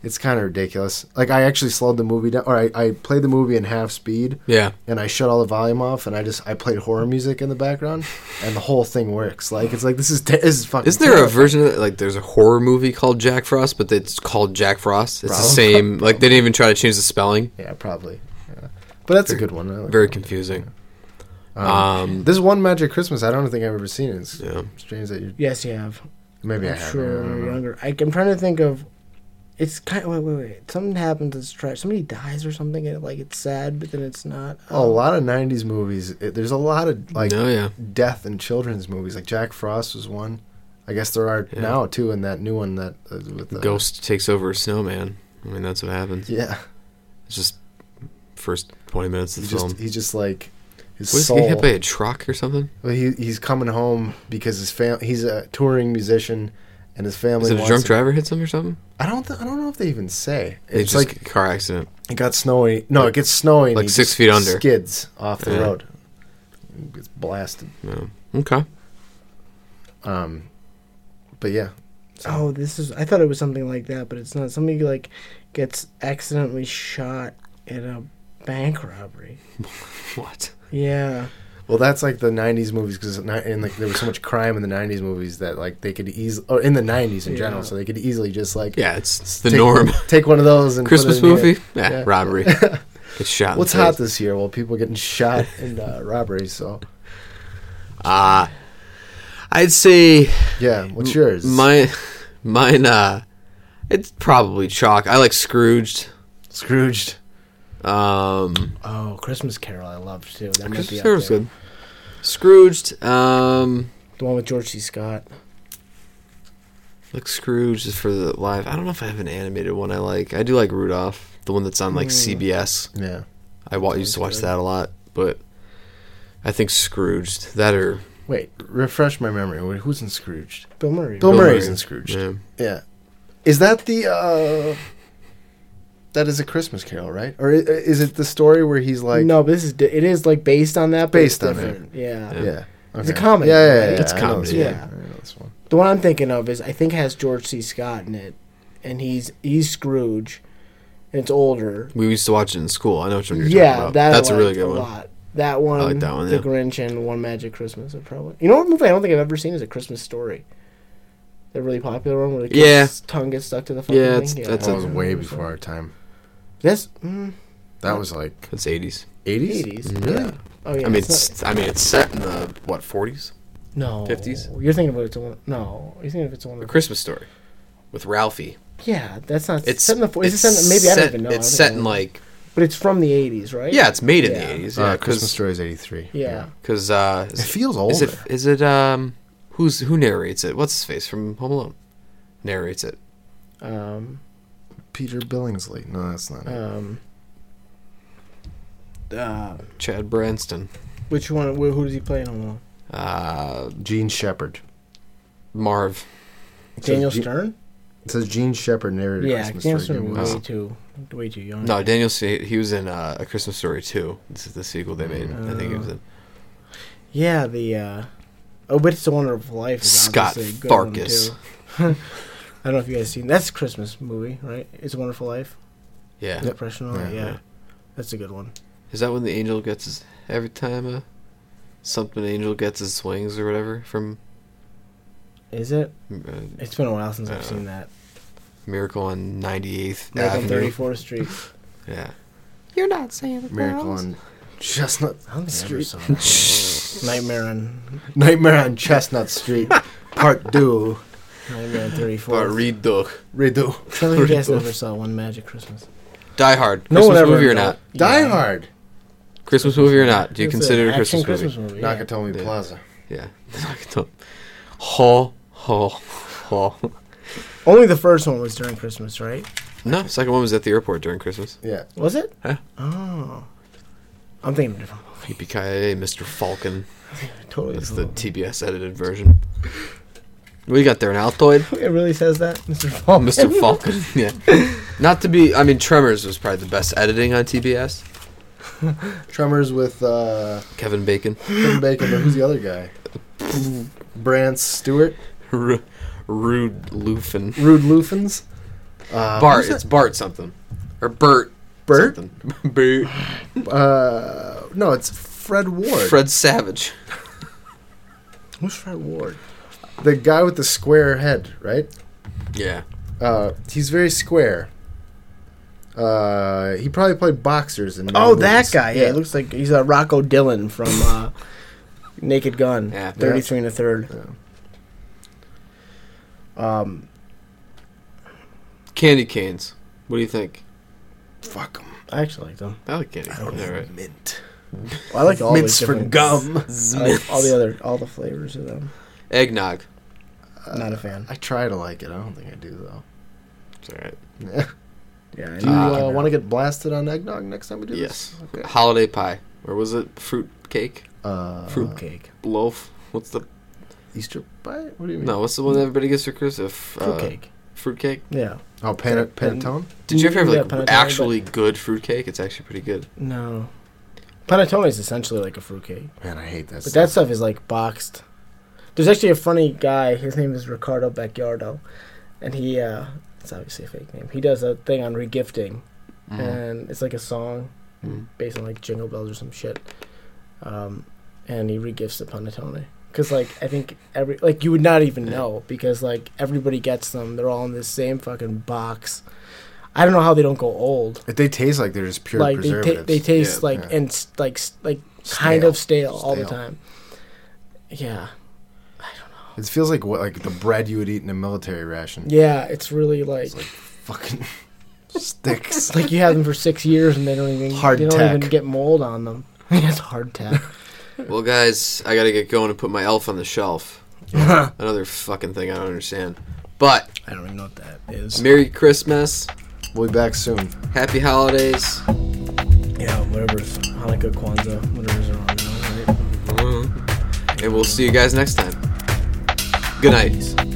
Speaker 2: it's kind of ridiculous. Like I actually slowed the movie down, or I, I played the movie in half speed,
Speaker 1: Yeah.
Speaker 2: and I shut all the volume off, and I just I played horror music in the background, and the whole thing works. Like it's like this is this is fucking.
Speaker 1: Isn't there a
Speaker 2: terrifying.
Speaker 1: version of that? Like, there's a horror movie called Jack Frost, but it's called Jack Frost. It's the
Speaker 2: Probably.
Speaker 1: same. Like, they didn't even try to change the spelling.
Speaker 2: Yeah, probably. Yeah. But that's a good one. I like
Speaker 1: Very
Speaker 2: that.
Speaker 1: confusing.
Speaker 2: Um,
Speaker 1: Um,
Speaker 2: this one Magic Christmas, I don't think I've ever seen it. It's
Speaker 1: Yeah.
Speaker 2: strange that you
Speaker 3: Yes, you have.
Speaker 2: maybe I
Speaker 3: I'm
Speaker 2: have.
Speaker 3: sure
Speaker 2: I
Speaker 3: when
Speaker 2: don't
Speaker 3: we were
Speaker 2: know.
Speaker 3: younger. I, am trying to think of. It's kind of wait wait wait. Something happens. It's tragic. Somebody dies or something, and like it's sad, but then it's not.
Speaker 2: A
Speaker 3: Um,
Speaker 2: lot of '90s movies. It, there's a lot of like
Speaker 1: oh yeah.
Speaker 2: death in children's movies. Like Jack Frost was one. I guess there are
Speaker 1: Yeah.
Speaker 2: now too in that new one that uh, with the
Speaker 1: Ghost takes over a snowman. I mean, that's what happens.
Speaker 2: Yeah,
Speaker 1: It's just first 20 minutes of
Speaker 2: he
Speaker 1: the
Speaker 2: just
Speaker 1: film.
Speaker 2: he's just like his
Speaker 1: What is he
Speaker 2: soul.
Speaker 1: get hit by a truck or something?
Speaker 2: Well, he he's coming home because his fam he's a touring musician and his family.
Speaker 1: Is it a
Speaker 2: wants
Speaker 1: drunk
Speaker 2: him-
Speaker 1: driver hits him or something?
Speaker 2: I don't th- I don't know if they even say.
Speaker 1: It's
Speaker 2: It's,
Speaker 1: just
Speaker 2: like
Speaker 1: like car accident.
Speaker 2: it got snowy. No, it gets snowy. and
Speaker 1: Like
Speaker 2: he
Speaker 1: six
Speaker 2: just
Speaker 1: feet under.
Speaker 2: Skids off the
Speaker 1: Yeah.
Speaker 2: road. Gets blasted.
Speaker 1: Yeah. Okay.
Speaker 2: Um, but yeah,
Speaker 3: Oh, this is. I thought it was something like that, but it's not. Somebody like gets accidentally shot in a bank robbery.
Speaker 1: What?
Speaker 3: Yeah,
Speaker 2: Well, that's like the '90s movies because and like there was so much crime in the '90s movies that like they could easily or in the '90s in general,
Speaker 3: Yeah.
Speaker 2: so they could easily just like
Speaker 1: Yeah, it's, it's the
Speaker 2: take-
Speaker 1: norm.
Speaker 2: Take one of those and put
Speaker 1: Christmas
Speaker 2: it in here.
Speaker 1: movie? Yeah,
Speaker 2: Yeah.
Speaker 1: robbery. Get shot. in the
Speaker 2: What's hot
Speaker 1: face.
Speaker 2: this year? Well, people getting shot and uh, robberies. So
Speaker 1: Uh, I'd say
Speaker 2: yeah, what's yours?
Speaker 1: my mine. Uh, it's probably chalk. I like Scrooged.
Speaker 2: Scrooged.
Speaker 1: Um,
Speaker 3: Oh, Christmas Carol, I loved too. That might be
Speaker 1: Christmas
Speaker 3: up
Speaker 1: Carol's
Speaker 3: there.
Speaker 1: good. Scrooged. Um,
Speaker 3: The one with George C. Scott.
Speaker 1: Like Scrooge is for the live. I don't know if I have an animated one I like. I do like Rudolph, the one that's on
Speaker 2: Hmm.
Speaker 1: like CBS.
Speaker 2: Yeah.
Speaker 1: I wa- used to watch that a lot, but I think Scrooged that or
Speaker 2: Wait, refresh my memory. Wait, who's in Scrooged?
Speaker 3: Bill Murray.
Speaker 2: Bill,
Speaker 1: Bill
Speaker 2: Murray's
Speaker 1: Murray.
Speaker 2: in Scrooged. Yeah.
Speaker 1: yeah.
Speaker 2: Is that the uh that is a Christmas Carol, right? Or i- is it the story where he's like
Speaker 3: no, but this is di- it is like based on that. but it's
Speaker 2: Based on it.
Speaker 3: different. Yeah.
Speaker 1: Yeah.
Speaker 2: Yeah.
Speaker 3: It's a comedy,
Speaker 2: Yeah, yeah, yeah.
Speaker 3: right?
Speaker 1: It's
Speaker 2: I know
Speaker 1: comedy,
Speaker 2: this one.
Speaker 3: yeah.
Speaker 2: I know this one.
Speaker 3: The one I'm thinking of is I think has George C. Scott in it, and he's he's Scrooge, and it's older.
Speaker 1: We used to watch it in school. I know which one you're talking
Speaker 3: Yeah,
Speaker 1: about.
Speaker 3: that I
Speaker 1: That's a really
Speaker 3: liked
Speaker 1: good one.
Speaker 3: Lot. That one,
Speaker 1: I like that one,
Speaker 3: The
Speaker 1: yeah.
Speaker 3: Grinch and One Magic Christmas are probably. You know what movie I don't think I've ever seen is a Christmas story. The really popular one where the kid's
Speaker 1: Yeah.
Speaker 3: tongue gets stuck to the fucking
Speaker 1: Yeah,
Speaker 3: thing.
Speaker 1: it's- that's
Speaker 2: That
Speaker 1: a-
Speaker 2: was way before our time.
Speaker 3: That's mm,
Speaker 2: That was like Uh,
Speaker 1: It's 80s.
Speaker 2: 80s.
Speaker 3: 80s.
Speaker 2: Really?
Speaker 3: Yeah. Oh yeah.
Speaker 1: I mean,
Speaker 3: it's not-
Speaker 1: it's, I mean, it's set in the what 40s?
Speaker 3: No.
Speaker 1: 50s?
Speaker 3: You're thinking about it's a one. No, you're thinking of it's a one.
Speaker 1: The Christmas Story with Ralphie.
Speaker 3: yeah, that's not.
Speaker 1: It's
Speaker 3: set in the. fo- Is it
Speaker 1: it's
Speaker 3: set in, maybe I
Speaker 1: set-
Speaker 3: don't even know. I
Speaker 1: It's
Speaker 3: don't
Speaker 1: set
Speaker 3: think I
Speaker 1: in
Speaker 3: know.
Speaker 1: like
Speaker 3: But it's from the 80s, right?
Speaker 1: yeah, it's made in
Speaker 3: Yeah.
Speaker 1: the 80s.
Speaker 2: Uh,
Speaker 1: Yeah,
Speaker 2: Christmas
Speaker 1: because
Speaker 2: Story is 83.
Speaker 3: Yeah.
Speaker 1: because uh,
Speaker 2: It
Speaker 1: is,
Speaker 2: feels older.
Speaker 1: is it is it um who's who narrates it? What's his face from Home Alone narrates it?
Speaker 3: Um.
Speaker 2: Peter Billingsley. No, that's not it.
Speaker 3: Um. Uh,
Speaker 1: Chad Branston,
Speaker 3: which one? Who, who does he play in Home Alone?
Speaker 1: uh,
Speaker 2: Gene Shepard.
Speaker 1: Marv.
Speaker 3: Daniel
Speaker 2: Ge-
Speaker 3: Stern.
Speaker 2: It says Gene Shepard narrated
Speaker 3: Yeah,
Speaker 2: Christmas
Speaker 3: Daniel
Speaker 2: Story.
Speaker 3: Stern
Speaker 2: Again,
Speaker 3: was
Speaker 2: was-
Speaker 3: way too, way too young.
Speaker 1: No, Daniel. Se- He was in uh, a Christmas Story too. This is the sequel they made. I think it was in.
Speaker 3: Yeah, the. uh Oh, but it's a Wonderful Life. Is
Speaker 1: Scott
Speaker 3: obviously a good one,
Speaker 1: Farkas.
Speaker 3: too. I don't know if you guys seen that's a Christmas movie, right? It's a Wonderful Life.
Speaker 1: Yeah.
Speaker 3: Yep. Professional.
Speaker 2: Yeah.
Speaker 3: Yeah,
Speaker 1: Yeah.
Speaker 3: that's a good one.
Speaker 1: Is that when the angel gets his every time uh, something angel gets his wings or whatever from
Speaker 3: Is it?
Speaker 1: uh,
Speaker 3: It's been a while since
Speaker 1: Uh,
Speaker 3: I've seen that.
Speaker 1: Miracle on 98th
Speaker 3: Like on
Speaker 1: Avenue?
Speaker 3: 34th Street.
Speaker 1: Yeah.
Speaker 4: You're not Santa Claus.
Speaker 2: Miracle on Chestnut
Speaker 3: I don't think I ever
Speaker 2: Street.
Speaker 3: saw that. Nightmare on
Speaker 2: Nightmare on Chestnut Street, Part Two.
Speaker 3: Nightmare on 34th.
Speaker 1: But read Dog.
Speaker 2: Redo.
Speaker 3: Tell me you guys
Speaker 1: Redo.
Speaker 3: never saw One Magic Christmas.
Speaker 1: Die Hard.
Speaker 3: No
Speaker 1: Christmas
Speaker 3: one ever
Speaker 1: movie or
Speaker 3: adult-
Speaker 1: not?
Speaker 2: Die
Speaker 3: Yeah.
Speaker 2: Hard.
Speaker 1: Christmas movie or not? Do you
Speaker 3: It's an
Speaker 1: consider it a
Speaker 3: action
Speaker 1: Christmas, movie?
Speaker 3: movie? yeah.
Speaker 2: Nakatomi
Speaker 1: Yeah.
Speaker 2: Plaza.
Speaker 1: Yeah. Nakatomi. Ho ho ho.
Speaker 3: Only the first one was during Christmas, right?
Speaker 1: No, second one was at the airport during Christmas.
Speaker 2: Yeah.
Speaker 3: Was it?
Speaker 1: Huh?
Speaker 3: Oh. I'm thinking of a different movie.
Speaker 1: yippee ki Mr. Falcon.
Speaker 3: Totally.
Speaker 1: That's the
Speaker 3: different
Speaker 1: TBS edited version. We got there an Altoid.
Speaker 3: movie. it really says that, Mr.
Speaker 1: Oh,
Speaker 3: Falk.
Speaker 1: Mr. Falcon. yeah. Not to be. I mean, Tremors was probably the best editing on TBS.
Speaker 2: Tremors with uh,
Speaker 1: Kevin Bacon.
Speaker 2: Kevin Bacon. but who's the other guy? Brant Stewart.
Speaker 1: Ru- Rude Lufin.
Speaker 2: Rude Lufins. Uh,
Speaker 1: Bart.
Speaker 2: who's
Speaker 1: It's Bart something. Or Bert.
Speaker 2: Bert?
Speaker 1: something. Bert.
Speaker 2: that? Uh, no, it's Fred Ward.
Speaker 1: Fred Savage.
Speaker 3: Who's Fred Ward?
Speaker 2: The guy with the square head, right?
Speaker 1: Yeah.
Speaker 2: Uh, he's very square. Uh, he probably played boxers in.
Speaker 3: Oh,
Speaker 2: many
Speaker 3: that
Speaker 2: movies.
Speaker 3: guy. Yeah, it looks like he's a Rocco Dillon from uh, Naked Gun.
Speaker 1: Yeah.
Speaker 3: 33 and a third. Um,
Speaker 1: Candy canes. What do you think?
Speaker 2: Fuck him.
Speaker 3: I actually like them.
Speaker 1: I like candy canes. All right.
Speaker 2: Mint.
Speaker 3: Well, I like all
Speaker 2: Mints
Speaker 3: the
Speaker 2: for
Speaker 3: different-
Speaker 2: gum.
Speaker 3: I like all the other, all the flavors of them.
Speaker 1: Eggnog.
Speaker 3: Not a fan.
Speaker 2: I try to like it. I don't think I do though.
Speaker 1: It's all right.
Speaker 3: Yeah, I
Speaker 2: Do you
Speaker 3: know.
Speaker 2: uh, want to get blasted on eggnog next time we do
Speaker 1: Yes.
Speaker 2: this? Okay.
Speaker 1: Holiday pie. Or was it fruit cake?
Speaker 2: Uh,
Speaker 3: fruitcake,
Speaker 1: Loaf? What's the
Speaker 2: Easter pie? What do you mean?
Speaker 1: no? uh, What's the one that everybody gets for Christmas? Fruitcake. Fruitcake.
Speaker 3: fruitcake. Yeah.
Speaker 2: Oh, pan-
Speaker 3: Pan-
Speaker 2: panettone.
Speaker 1: Did you ever have
Speaker 3: Yeah,
Speaker 1: like
Speaker 3: panettone,
Speaker 1: actually good fruitcake? It's actually pretty good.
Speaker 3: No. Panettone is essentially like a fruitcake,
Speaker 2: Man, I hate that.
Speaker 3: but
Speaker 2: Stuff.
Speaker 3: that stuff is like boxed. There's actually a funny guy. His name is Ricardo Bacciardo, and he uh, it's obviously a fake name. He does a thing on regifting,
Speaker 1: Mm-hmm.
Speaker 3: and it's like a song
Speaker 1: Mhm.
Speaker 3: based on like Jingle Bells or some shit. Um, and he regifts the panettone because like I think every like you would not even
Speaker 1: Yeah.
Speaker 3: know because like everybody gets them. They're all in the same fucking box. I don't know how they don't go old.
Speaker 2: But they taste like they're just pure
Speaker 3: like they, ta-
Speaker 2: preservatives.
Speaker 3: they taste
Speaker 1: Yeah,
Speaker 3: like
Speaker 2: yeah.
Speaker 3: and s- like s- like kind of stale, all the
Speaker 2: Stale.
Speaker 3: time. Yeah,
Speaker 2: it feels like what like the bread you would eat in a military ration.
Speaker 3: yeah, it's really like
Speaker 2: It's like fucking sticks.
Speaker 3: like you have them for six years and they don't even
Speaker 2: Hard
Speaker 3: they
Speaker 2: tack.
Speaker 3: don't even get mold on them. it's hardtack.
Speaker 1: Well, guys, I gotta get going and put my elf on the shelf. Another fucking thing I don't understand. But
Speaker 3: I don't even know what that is.
Speaker 1: Merry Christmas,
Speaker 2: We'll be back soon.
Speaker 1: Happy Holidays.
Speaker 3: Yeah, whatever. Hanukkah, Kwanzaa, whatever's around now, right?
Speaker 1: And we'll see you guys next time. Good night.